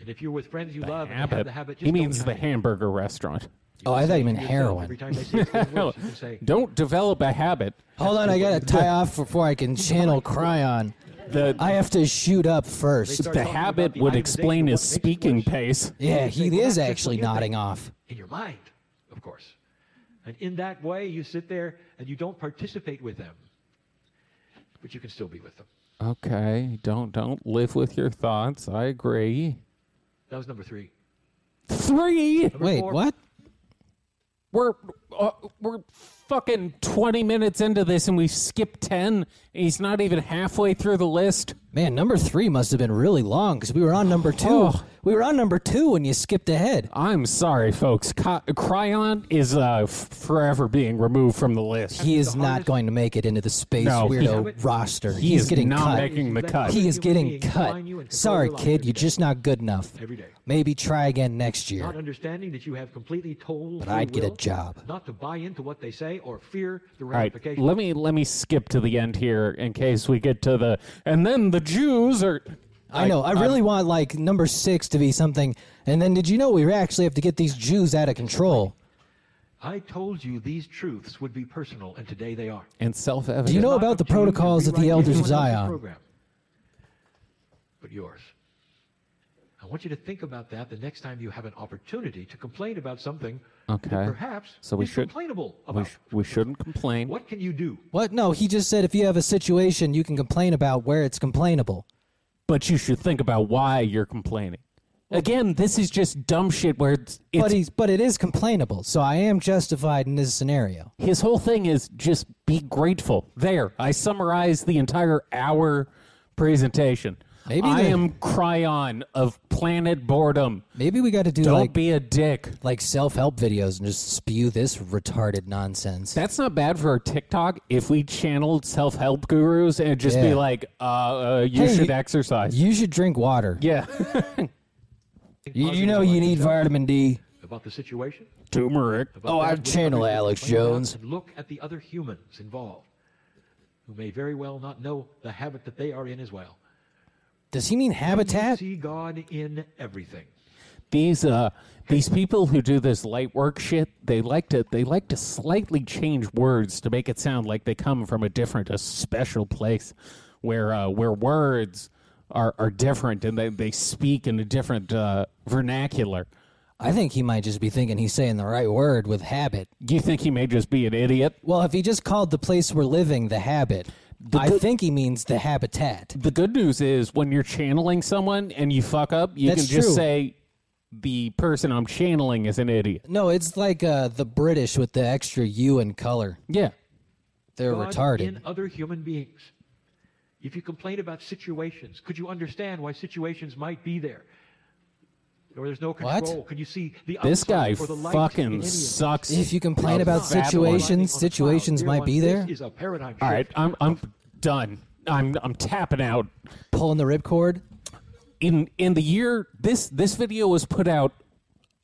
Speaker 6: And if you're with friends you love and they have the habit,
Speaker 2: he
Speaker 6: just don't
Speaker 2: means the
Speaker 6: have it.
Speaker 2: hamburger restaurant.
Speaker 1: Oh, I thought you meant
Speaker 6: Yourself, Every
Speaker 1: heroin.
Speaker 6: time they say it's getting worse, you can say,
Speaker 2: Don't develop a habit.
Speaker 1: Hold on, I gotta tie off before I can channel Cryon.
Speaker 2: The,
Speaker 1: I have to shoot up first.
Speaker 6: start
Speaker 2: the
Speaker 6: talking
Speaker 2: habit
Speaker 6: about the
Speaker 2: would
Speaker 6: itemization
Speaker 2: explain
Speaker 6: of
Speaker 2: his
Speaker 6: what makes it
Speaker 2: speaking
Speaker 6: worse.
Speaker 2: pace.
Speaker 1: Yeah, he
Speaker 6: Well, that's
Speaker 1: is
Speaker 6: just what
Speaker 1: actually
Speaker 6: you think.
Speaker 1: nodding off.
Speaker 6: in your mind, of course. And in that way, you sit there and you don't participate with them, but you can still be with them.
Speaker 2: Okay, don't don't live with your thoughts. I agree.
Speaker 6: That was number three.
Speaker 2: Three,
Speaker 6: Number
Speaker 1: Wait,
Speaker 6: four,
Speaker 1: what?
Speaker 2: we're uh, we're fucking twenty minutes into this, and we skipped ten. He's not even halfway through the list.
Speaker 1: Man, number three must have been really long because we were on number two.
Speaker 2: Oh.
Speaker 1: We were on number two when you skipped ahead.
Speaker 2: I'm sorry, folks. Ca- Cryon is uh, f- forever being removed from the list.
Speaker 1: He is not going to make it into the space
Speaker 2: No, he-
Speaker 1: weirdo roster.
Speaker 2: he
Speaker 1: He's
Speaker 2: is
Speaker 1: getting
Speaker 2: not
Speaker 1: cut.
Speaker 2: making the cut.
Speaker 1: He is getting
Speaker 6: Human being
Speaker 1: cut.
Speaker 6: define you and control
Speaker 1: Sorry,
Speaker 6: your life
Speaker 1: kid,
Speaker 6: every
Speaker 1: you're
Speaker 6: day.
Speaker 1: just not good enough.
Speaker 6: Every day.
Speaker 1: Maybe try again next
Speaker 6: Not
Speaker 1: year.
Speaker 6: understanding that you have completely told.
Speaker 1: But I'd get a job.
Speaker 6: Not to buy into what they say or fear the
Speaker 2: All right,
Speaker 6: ramifications.
Speaker 2: let me let me skip to the end here in case we get to the and then the Jews are.
Speaker 1: I know. I
Speaker 2: um,
Speaker 1: really want like number six to be something. And then did you know we actually have to get these Jews out of control?
Speaker 6: I told you these truths would be personal, and today they are.
Speaker 2: and self-evident.
Speaker 1: Do you know
Speaker 6: Not
Speaker 1: about the
Speaker 6: up to you to
Speaker 1: protocols of the
Speaker 6: rewrite
Speaker 1: Elders of
Speaker 6: anyone else's
Speaker 1: Zion?
Speaker 6: program, But yours. I want you to think about that the next time you have an opportunity to complain about something
Speaker 2: Okay.
Speaker 6: that perhaps
Speaker 2: So we
Speaker 6: is
Speaker 2: should-
Speaker 6: complainable
Speaker 2: we,
Speaker 6: about.
Speaker 2: sh- we shouldn't complain.
Speaker 6: What can you do?
Speaker 1: What? No, he just said if you have a situation, you can complain about where it's complainable.
Speaker 2: But you should think about why you're complaining. Again, this is just dumb shit where it's, it's
Speaker 1: but he's but it is complainable, so I am justified in this scenario.
Speaker 2: his whole thing is just be grateful. There, I summarized the entire hour presentation.
Speaker 1: Maybe
Speaker 2: I
Speaker 1: the-
Speaker 2: am Cryon of Planet Boredom.
Speaker 1: Maybe we got to do
Speaker 2: Don't
Speaker 1: like
Speaker 2: be a dick.
Speaker 1: like self help videos and just spew this retarded nonsense.
Speaker 2: That's not bad for a TikTok if we channeled self help gurus and just
Speaker 1: Yeah.
Speaker 2: be like, uh, uh, you
Speaker 1: Hey,
Speaker 2: should
Speaker 1: you-
Speaker 2: exercise.
Speaker 1: You should drink water.
Speaker 2: yeah.
Speaker 1: You, you know you need vitamin D.
Speaker 6: About the situation?
Speaker 2: Turmeric.
Speaker 6: About
Speaker 1: Oh,
Speaker 6: that
Speaker 1: I'd
Speaker 6: which
Speaker 1: channel
Speaker 6: others
Speaker 1: Alex
Speaker 6: complain about,
Speaker 1: Jones.
Speaker 6: and Look at the other humans involved who may very well not know the habit that they are in as well.
Speaker 1: Does he mean habitat?
Speaker 6: See God in everything.
Speaker 2: these uh these people who do this light work shit they like to they like to slightly change words to make it sound like they come from a different a special place where uh where words are are different and they they speak in a different uh vernacular
Speaker 1: I think he might just be thinking he's saying the right word with habit.
Speaker 2: you think he may just be an idiot
Speaker 1: Well, if he just called the place we're living the habit, I think he means the habitat.
Speaker 2: the good news is when you're channeling someone and you fuck up you
Speaker 1: That's
Speaker 2: can just
Speaker 1: true.
Speaker 2: say the person i'm channeling is an idiot
Speaker 1: No, it's like uh, the British with the extra U in color.
Speaker 2: yeah
Speaker 1: They're
Speaker 6: God
Speaker 1: retarded.
Speaker 6: in other human beings. If you complain about situations, could you understand why situations might be there? Or there's no
Speaker 1: What?
Speaker 6: control. Can you see the
Speaker 2: this guy
Speaker 6: outside or the light in
Speaker 2: fucking
Speaker 6: any of this?
Speaker 2: sucks
Speaker 1: If you complain
Speaker 2: a
Speaker 1: about
Speaker 2: fat one.
Speaker 1: situations,
Speaker 6: Lightning on a cloud.
Speaker 1: situations
Speaker 6: Here
Speaker 1: might
Speaker 6: on
Speaker 1: be
Speaker 6: this
Speaker 1: there.
Speaker 6: is a paradigm
Speaker 2: All right,
Speaker 6: shift.
Speaker 2: I'm I'm done. I'm I'm tapping out.
Speaker 1: Pulling the ripcord.
Speaker 2: In in the year this this video was put out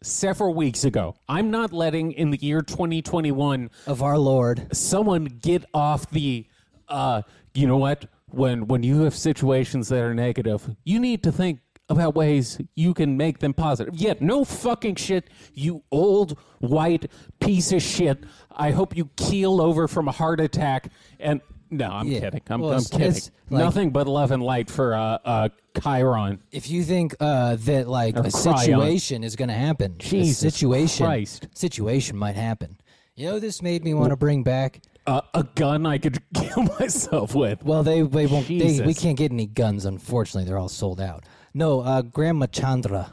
Speaker 2: several weeks ago. I'm not letting in the year 2021
Speaker 1: of our Lord.
Speaker 2: someone get off the uh you know what? when when you have situations that are negative, you need to think about ways you can make them positive. Yet, no fucking shit, you old white piece of shit. I hope you keel over from a heart attack. And no, I'm
Speaker 1: Yeah.
Speaker 2: kidding. I'm,
Speaker 1: Well,
Speaker 2: I'm
Speaker 1: it's-
Speaker 2: kidding.
Speaker 1: it's like-
Speaker 2: Nothing but love and light for uh, uh, Chiron.
Speaker 1: If you think uh, that like
Speaker 2: Or
Speaker 1: a
Speaker 2: Oh, cry on.
Speaker 1: situation is going to happen,
Speaker 2: Jesus
Speaker 1: a situation
Speaker 2: Christ.
Speaker 1: situation might happen. You know, this made me want to bring back.
Speaker 2: Uh, a gun I could kill myself with.
Speaker 1: Well, they they won't. They, we
Speaker 2: Jesus.
Speaker 1: can't get any guns, unfortunately. They're all sold out. No, uh, Grandma Chandra.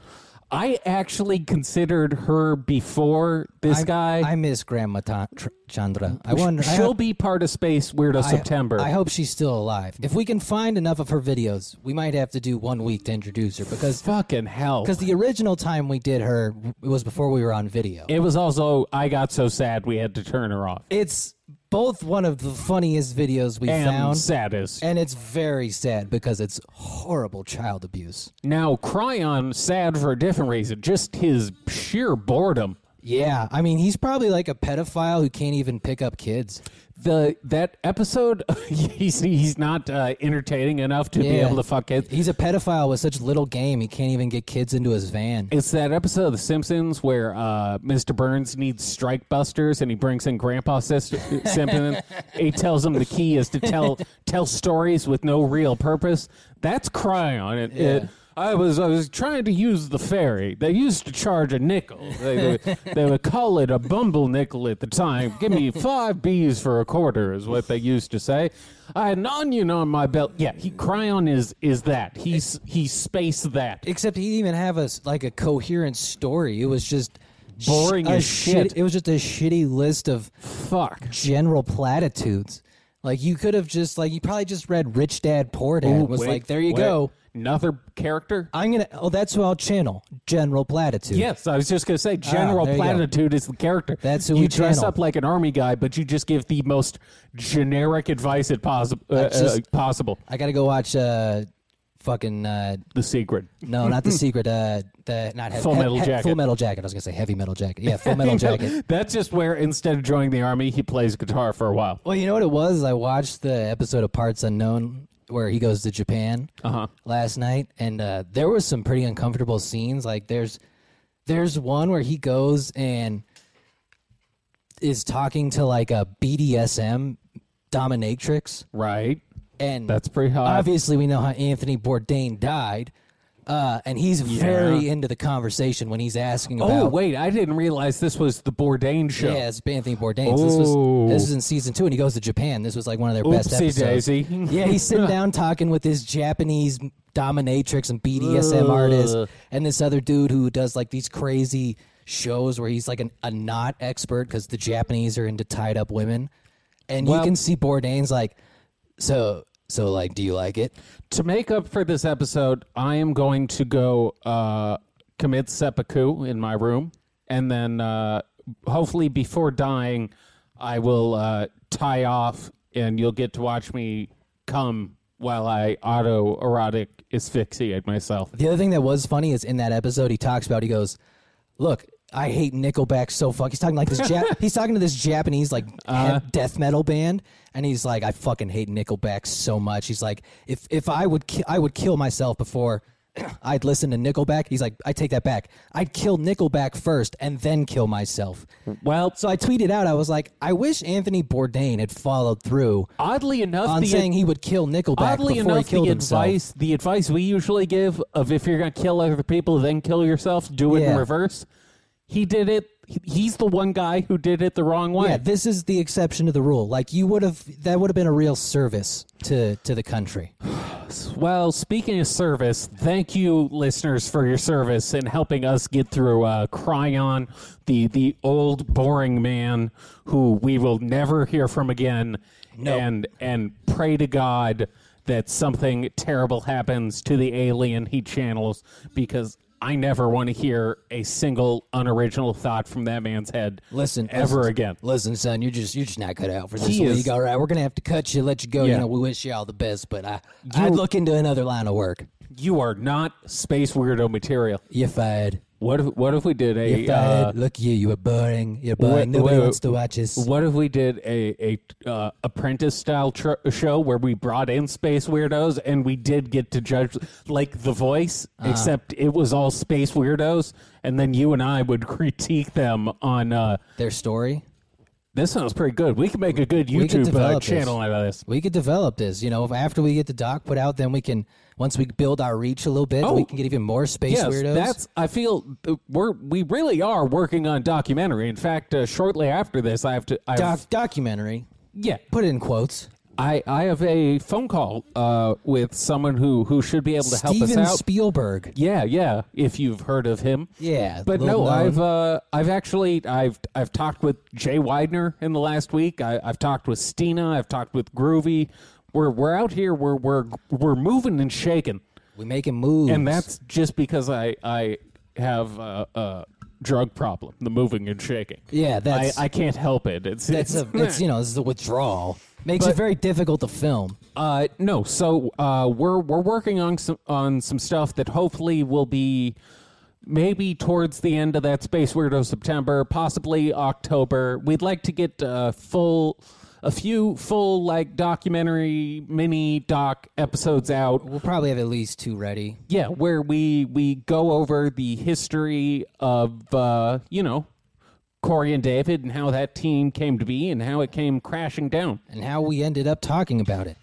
Speaker 2: I actually considered her before this
Speaker 1: I-
Speaker 2: guy.
Speaker 1: I miss Grandma Ta- Tr- Chandra. I wonder. I
Speaker 2: She'll
Speaker 1: hope-
Speaker 2: be part of Space Weirdo
Speaker 1: I-
Speaker 2: September.
Speaker 1: I hope she's still alive. If we can find enough of her videos, we might have to do one week to introduce her because
Speaker 2: Fucking hell.
Speaker 1: because the original time we did her w- it was before we were on video.
Speaker 2: It was also I got so sad we had to turn her off.
Speaker 1: It's both one of the funniest videos we
Speaker 2: and
Speaker 1: found,
Speaker 2: saddest.
Speaker 1: and it's very sad because it's horrible child abuse.
Speaker 2: now Cryon sad for a different reason, just his sheer boredom.
Speaker 1: Yeah, I mean he's probably like a pedophile who can't even pick up kids.
Speaker 2: The that episode, he's he's not uh, entertaining enough to be
Speaker 1: Yeah.
Speaker 2: able to fuck it.
Speaker 1: He's a pedophile with such little game he can't even get kids into his van.
Speaker 2: It's that episode of The Simpsons where uh, Mr. Burns needs strike busters and he brings in Grandpa Sis- Simpson. he tells him the key is to tell tell stories with no real purpose. That's Cryon. It, it, I was I was trying to use the ferry. They used to charge a nickel. They, they, they would call it a bumble nickel at the time. Give me five B's for a quarter is what they used to say. I had an onion on my belt. Yeah, he Cryon is is that. He's he's space that.
Speaker 1: Except he didn't even have a s- like a coherent story. It was just sh-
Speaker 2: Boring
Speaker 1: a
Speaker 2: as
Speaker 1: shit-
Speaker 2: shit.
Speaker 1: It was just a shitty list of
Speaker 2: Fuck.
Speaker 1: general platitudes. Like you could have just like you probably just read Rich Dad Poor Dad and was
Speaker 2: Wait,
Speaker 1: like, there you
Speaker 2: wait.
Speaker 1: go.
Speaker 2: Another character?
Speaker 1: I'm gonna. Oh, that's who I'll channel. General platitude.
Speaker 2: Uh, yes, I was just going to say General
Speaker 1: there you go.
Speaker 2: Platitude is the character.
Speaker 1: That's who
Speaker 2: you
Speaker 1: we
Speaker 2: dress
Speaker 1: channel.
Speaker 2: up like an army guy, but you just give the most generic advice it possi- uh,
Speaker 1: just-
Speaker 2: uh, possible.
Speaker 1: I gotta go watch. uh Fucking uh,
Speaker 2: The secret.
Speaker 1: no, not the secret. Uh, the not heavy,
Speaker 2: Full Metal Jacket.
Speaker 1: Full Metal Jacket. I was gonna say heavy metal jacket. Yeah, full metal jacket.
Speaker 2: That's just where instead of joining the army, he plays guitar for a while.
Speaker 1: Well, you know what it was? I watched the episode of Parts Unknown where he goes to Japan
Speaker 2: Uh-huh.
Speaker 1: last night, and uh, there was some pretty uncomfortable scenes. Like there's there's one where he goes and is talking to like a BDSM dominatrix,
Speaker 2: Right.
Speaker 1: and
Speaker 2: That's uh, pretty hot.
Speaker 1: obviously we know how Anthony Bourdain died. Uh, and he's very into the conversation when he's asking about
Speaker 2: Oh, wait, I didn't realize this was the Bourdain show.
Speaker 1: yeah, it's Anthony Bourdain. So this was this was in season two, and he goes to Japan. This was like one of their best
Speaker 2: Oopsie
Speaker 1: episodes.
Speaker 2: daisy.
Speaker 1: yeah, he's sitting down talking with this Japanese dominatrix and BDSM artist, and this other dude who does like these crazy shows where he's like an, a knot expert because the Japanese are into tied up women, and
Speaker 2: Well-
Speaker 1: you can see Bourdain's like, so so like, do you like it?
Speaker 2: to make up for this episode, I am going to go uh, commit seppuku in my room, and then uh, hopefully before dying, I will uh, tie off, and you'll get to watch me come while I auto erotic asphyxiate myself.
Speaker 1: The other thing that was funny is in that episode he talks about he goes, "Look, I hate Nickelback so fuck." He's talking like this. Jap- he's talking to this Japanese like
Speaker 2: Uh-huh.
Speaker 1: he- death metal band, and he's like, "I fucking hate Nickelback so much." He's like, "If if I would ki- I would kill myself before." I'd listen to Nickelback. He's like, I take that back. I'd kill Nickelback first and then kill myself.
Speaker 2: Well,
Speaker 1: So I tweeted out, I was like, I wish Anthony Bourdain had followed through
Speaker 2: oddly enough,
Speaker 1: on
Speaker 2: the
Speaker 1: saying he would kill Nickelback
Speaker 2: oddly
Speaker 1: before
Speaker 2: enough,
Speaker 1: he killed
Speaker 2: the
Speaker 1: himself.
Speaker 2: advice the advice we usually give of if you're gonna kill other people, then kill yourself, do it in
Speaker 1: Yeah.
Speaker 2: reverse. He did it. he- He's the one guy who did it the wrong way.
Speaker 1: Yeah, this is the exception to the rule. Like you would have, that would have been a real service to to the country.
Speaker 2: Well, speaking of service, thank you, listeners, for your service in helping us get through uh, Cryon, the the old boring man who we will never hear from again, and and pray to God that something terrible happens to the alien he channels because I never want to hear a single unoriginal thought from that man's head.
Speaker 1: Listen,
Speaker 2: ever
Speaker 1: listen,
Speaker 2: again.
Speaker 1: Listen, son, you're just you're just not cut out for this
Speaker 2: He is-
Speaker 1: league. All right, we're gonna have to cut you, let you go.
Speaker 2: Yeah.
Speaker 1: You know, we wish you all the best, but I I'd look into another line of work.
Speaker 2: You are not space weirdo material.
Speaker 1: You fired.
Speaker 2: What if what if we did
Speaker 1: You're
Speaker 2: a
Speaker 1: fired.
Speaker 2: uh,
Speaker 1: Look, you, you were boring. You're
Speaker 2: Wait,
Speaker 1: boring. Nobody
Speaker 2: wait,
Speaker 1: wants to watch us.
Speaker 2: What if we did a a uh, apprentice style tr- show where we brought in space weirdos and we did get to judge like The Voice,
Speaker 1: Uh-huh.
Speaker 2: except it was all space weirdos, and then you and I would critique them on. Uh,
Speaker 1: Their story.
Speaker 2: this sounds pretty good. We can make a good
Speaker 1: We could
Speaker 2: YouTube uh,
Speaker 1: develop this.
Speaker 2: channel out of this.
Speaker 1: We could develop this. You know, if after we get the doc put out, then we can once we build our reach a little bit,
Speaker 2: Oh.
Speaker 1: we can get even more space
Speaker 2: yes,
Speaker 1: weirdos.
Speaker 2: that's. I feel uh, we're we really are working on documentary. In fact, uh, shortly after this, I have to. I
Speaker 1: doc documentary.
Speaker 2: yeah,
Speaker 1: Put it in quotes.
Speaker 2: I, I have a phone call uh, with someone who, who should be able to help
Speaker 1: Steven
Speaker 2: us out.
Speaker 1: Spielberg.
Speaker 2: yeah, yeah. If you've heard of him,
Speaker 1: Yeah,
Speaker 2: But no,
Speaker 1: little known.
Speaker 2: I've uh, I've actually I've I've talked with Jay Widener in the last week. I, I've talked with Stina. I've talked with Groovy. We're we're out here. We're we're we're moving and shaking,
Speaker 1: We making moves.
Speaker 2: and that's just because I I have a, a drug problem. The moving and shaking.
Speaker 1: Yeah, that's-
Speaker 2: I, I can't help it. It's
Speaker 1: that's a it's you know it's the withdrawal makes it
Speaker 2: But-
Speaker 1: very difficult to film.
Speaker 2: Uh, no. So uh, we're we're working on some on some stuff that hopefully will be maybe towards the end of that Space Weirdo September, possibly October. We'd like to get uh, full. A few full like documentary mini doc episodes out,
Speaker 1: We'll probably have at least two ready.
Speaker 2: yeah, where we we go over the history of uh, you know Corey and David and how that team came to be and how it came crashing down.
Speaker 1: and how we ended up talking about it.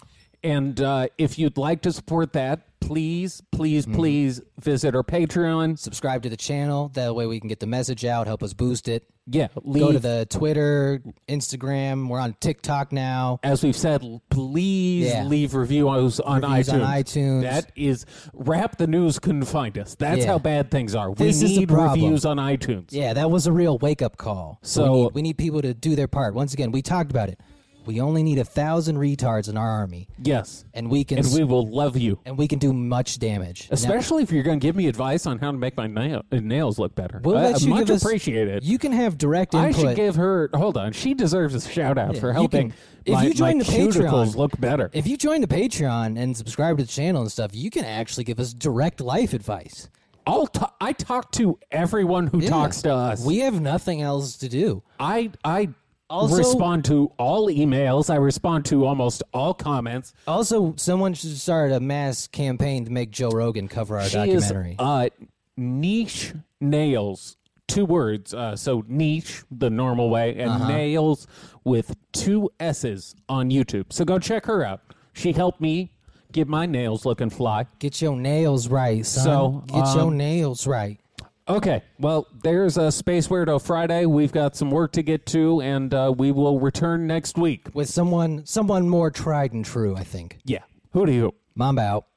Speaker 2: And uh, if you'd like to support that, please, please,
Speaker 1: Mm-hmm.
Speaker 2: please visit our Patreon.
Speaker 1: Subscribe to the channel. That way we can get the message out, help us boost it.
Speaker 2: Yeah, leave.
Speaker 1: Go to the Twitter, Instagram. We're on TikTok now.
Speaker 2: as we've said, l- please
Speaker 1: Yeah.
Speaker 2: leave reviews on
Speaker 1: Reviews on
Speaker 2: iTunes.
Speaker 1: iTunes.
Speaker 2: That is wrap the news couldn't find us. That's
Speaker 1: Yeah.
Speaker 2: how bad things are.
Speaker 1: This is
Speaker 2: we
Speaker 1: the
Speaker 2: need
Speaker 1: problem.
Speaker 2: reviews on iTunes.
Speaker 1: Yeah, that was a real wake up call.
Speaker 2: So-
Speaker 1: we need, we need people to do their part. Once again, we talked about it. We only need a thousand retards in our army,
Speaker 2: Yes,
Speaker 1: and we can
Speaker 2: and
Speaker 1: s-
Speaker 2: we will love you.
Speaker 1: and we can do much damage. Now,
Speaker 2: Especially if you're going to give me advice on how to make my nail, uh, nails look better.
Speaker 1: we'll
Speaker 2: I-
Speaker 1: let
Speaker 2: I
Speaker 1: you
Speaker 2: much
Speaker 1: give us-
Speaker 2: appreciate it.
Speaker 1: You can have direct
Speaker 2: I
Speaker 1: input.
Speaker 2: should give her. Hold on, she deserves a shout out
Speaker 1: Yeah,
Speaker 2: for
Speaker 1: you
Speaker 2: helping.
Speaker 1: can- if
Speaker 2: my,
Speaker 1: you join
Speaker 2: my
Speaker 1: the Patreon-
Speaker 2: cuticles look better.
Speaker 1: if you join the Patreon and subscribe to the channel and stuff, you can actually give us direct life advice.
Speaker 2: I'll ta- I talk to everyone who talks to us.
Speaker 1: We have nothing else to do.
Speaker 2: I I
Speaker 1: Also-
Speaker 2: respond to all emails. I respond to almost all comments.
Speaker 1: Also, someone should start a mass campaign to make Joe Rogan cover our
Speaker 2: She is
Speaker 1: documentary.
Speaker 2: uh, niche nails. Two words. Uh, so niche, the normal way, and
Speaker 1: Uh-huh.
Speaker 2: nails with two S's on YouTube. So go check her out. She helped me get my nails looking fly.
Speaker 1: Get your nails right, son.
Speaker 2: So, um,
Speaker 1: Get your nails right.
Speaker 2: Okay. Well, there's a Space Weirdo Friday. We've got some work to get to, and uh, we will return next week.
Speaker 1: With someone someone more tried and true, I think.
Speaker 2: Yeah. Who do you?
Speaker 1: Mamba out.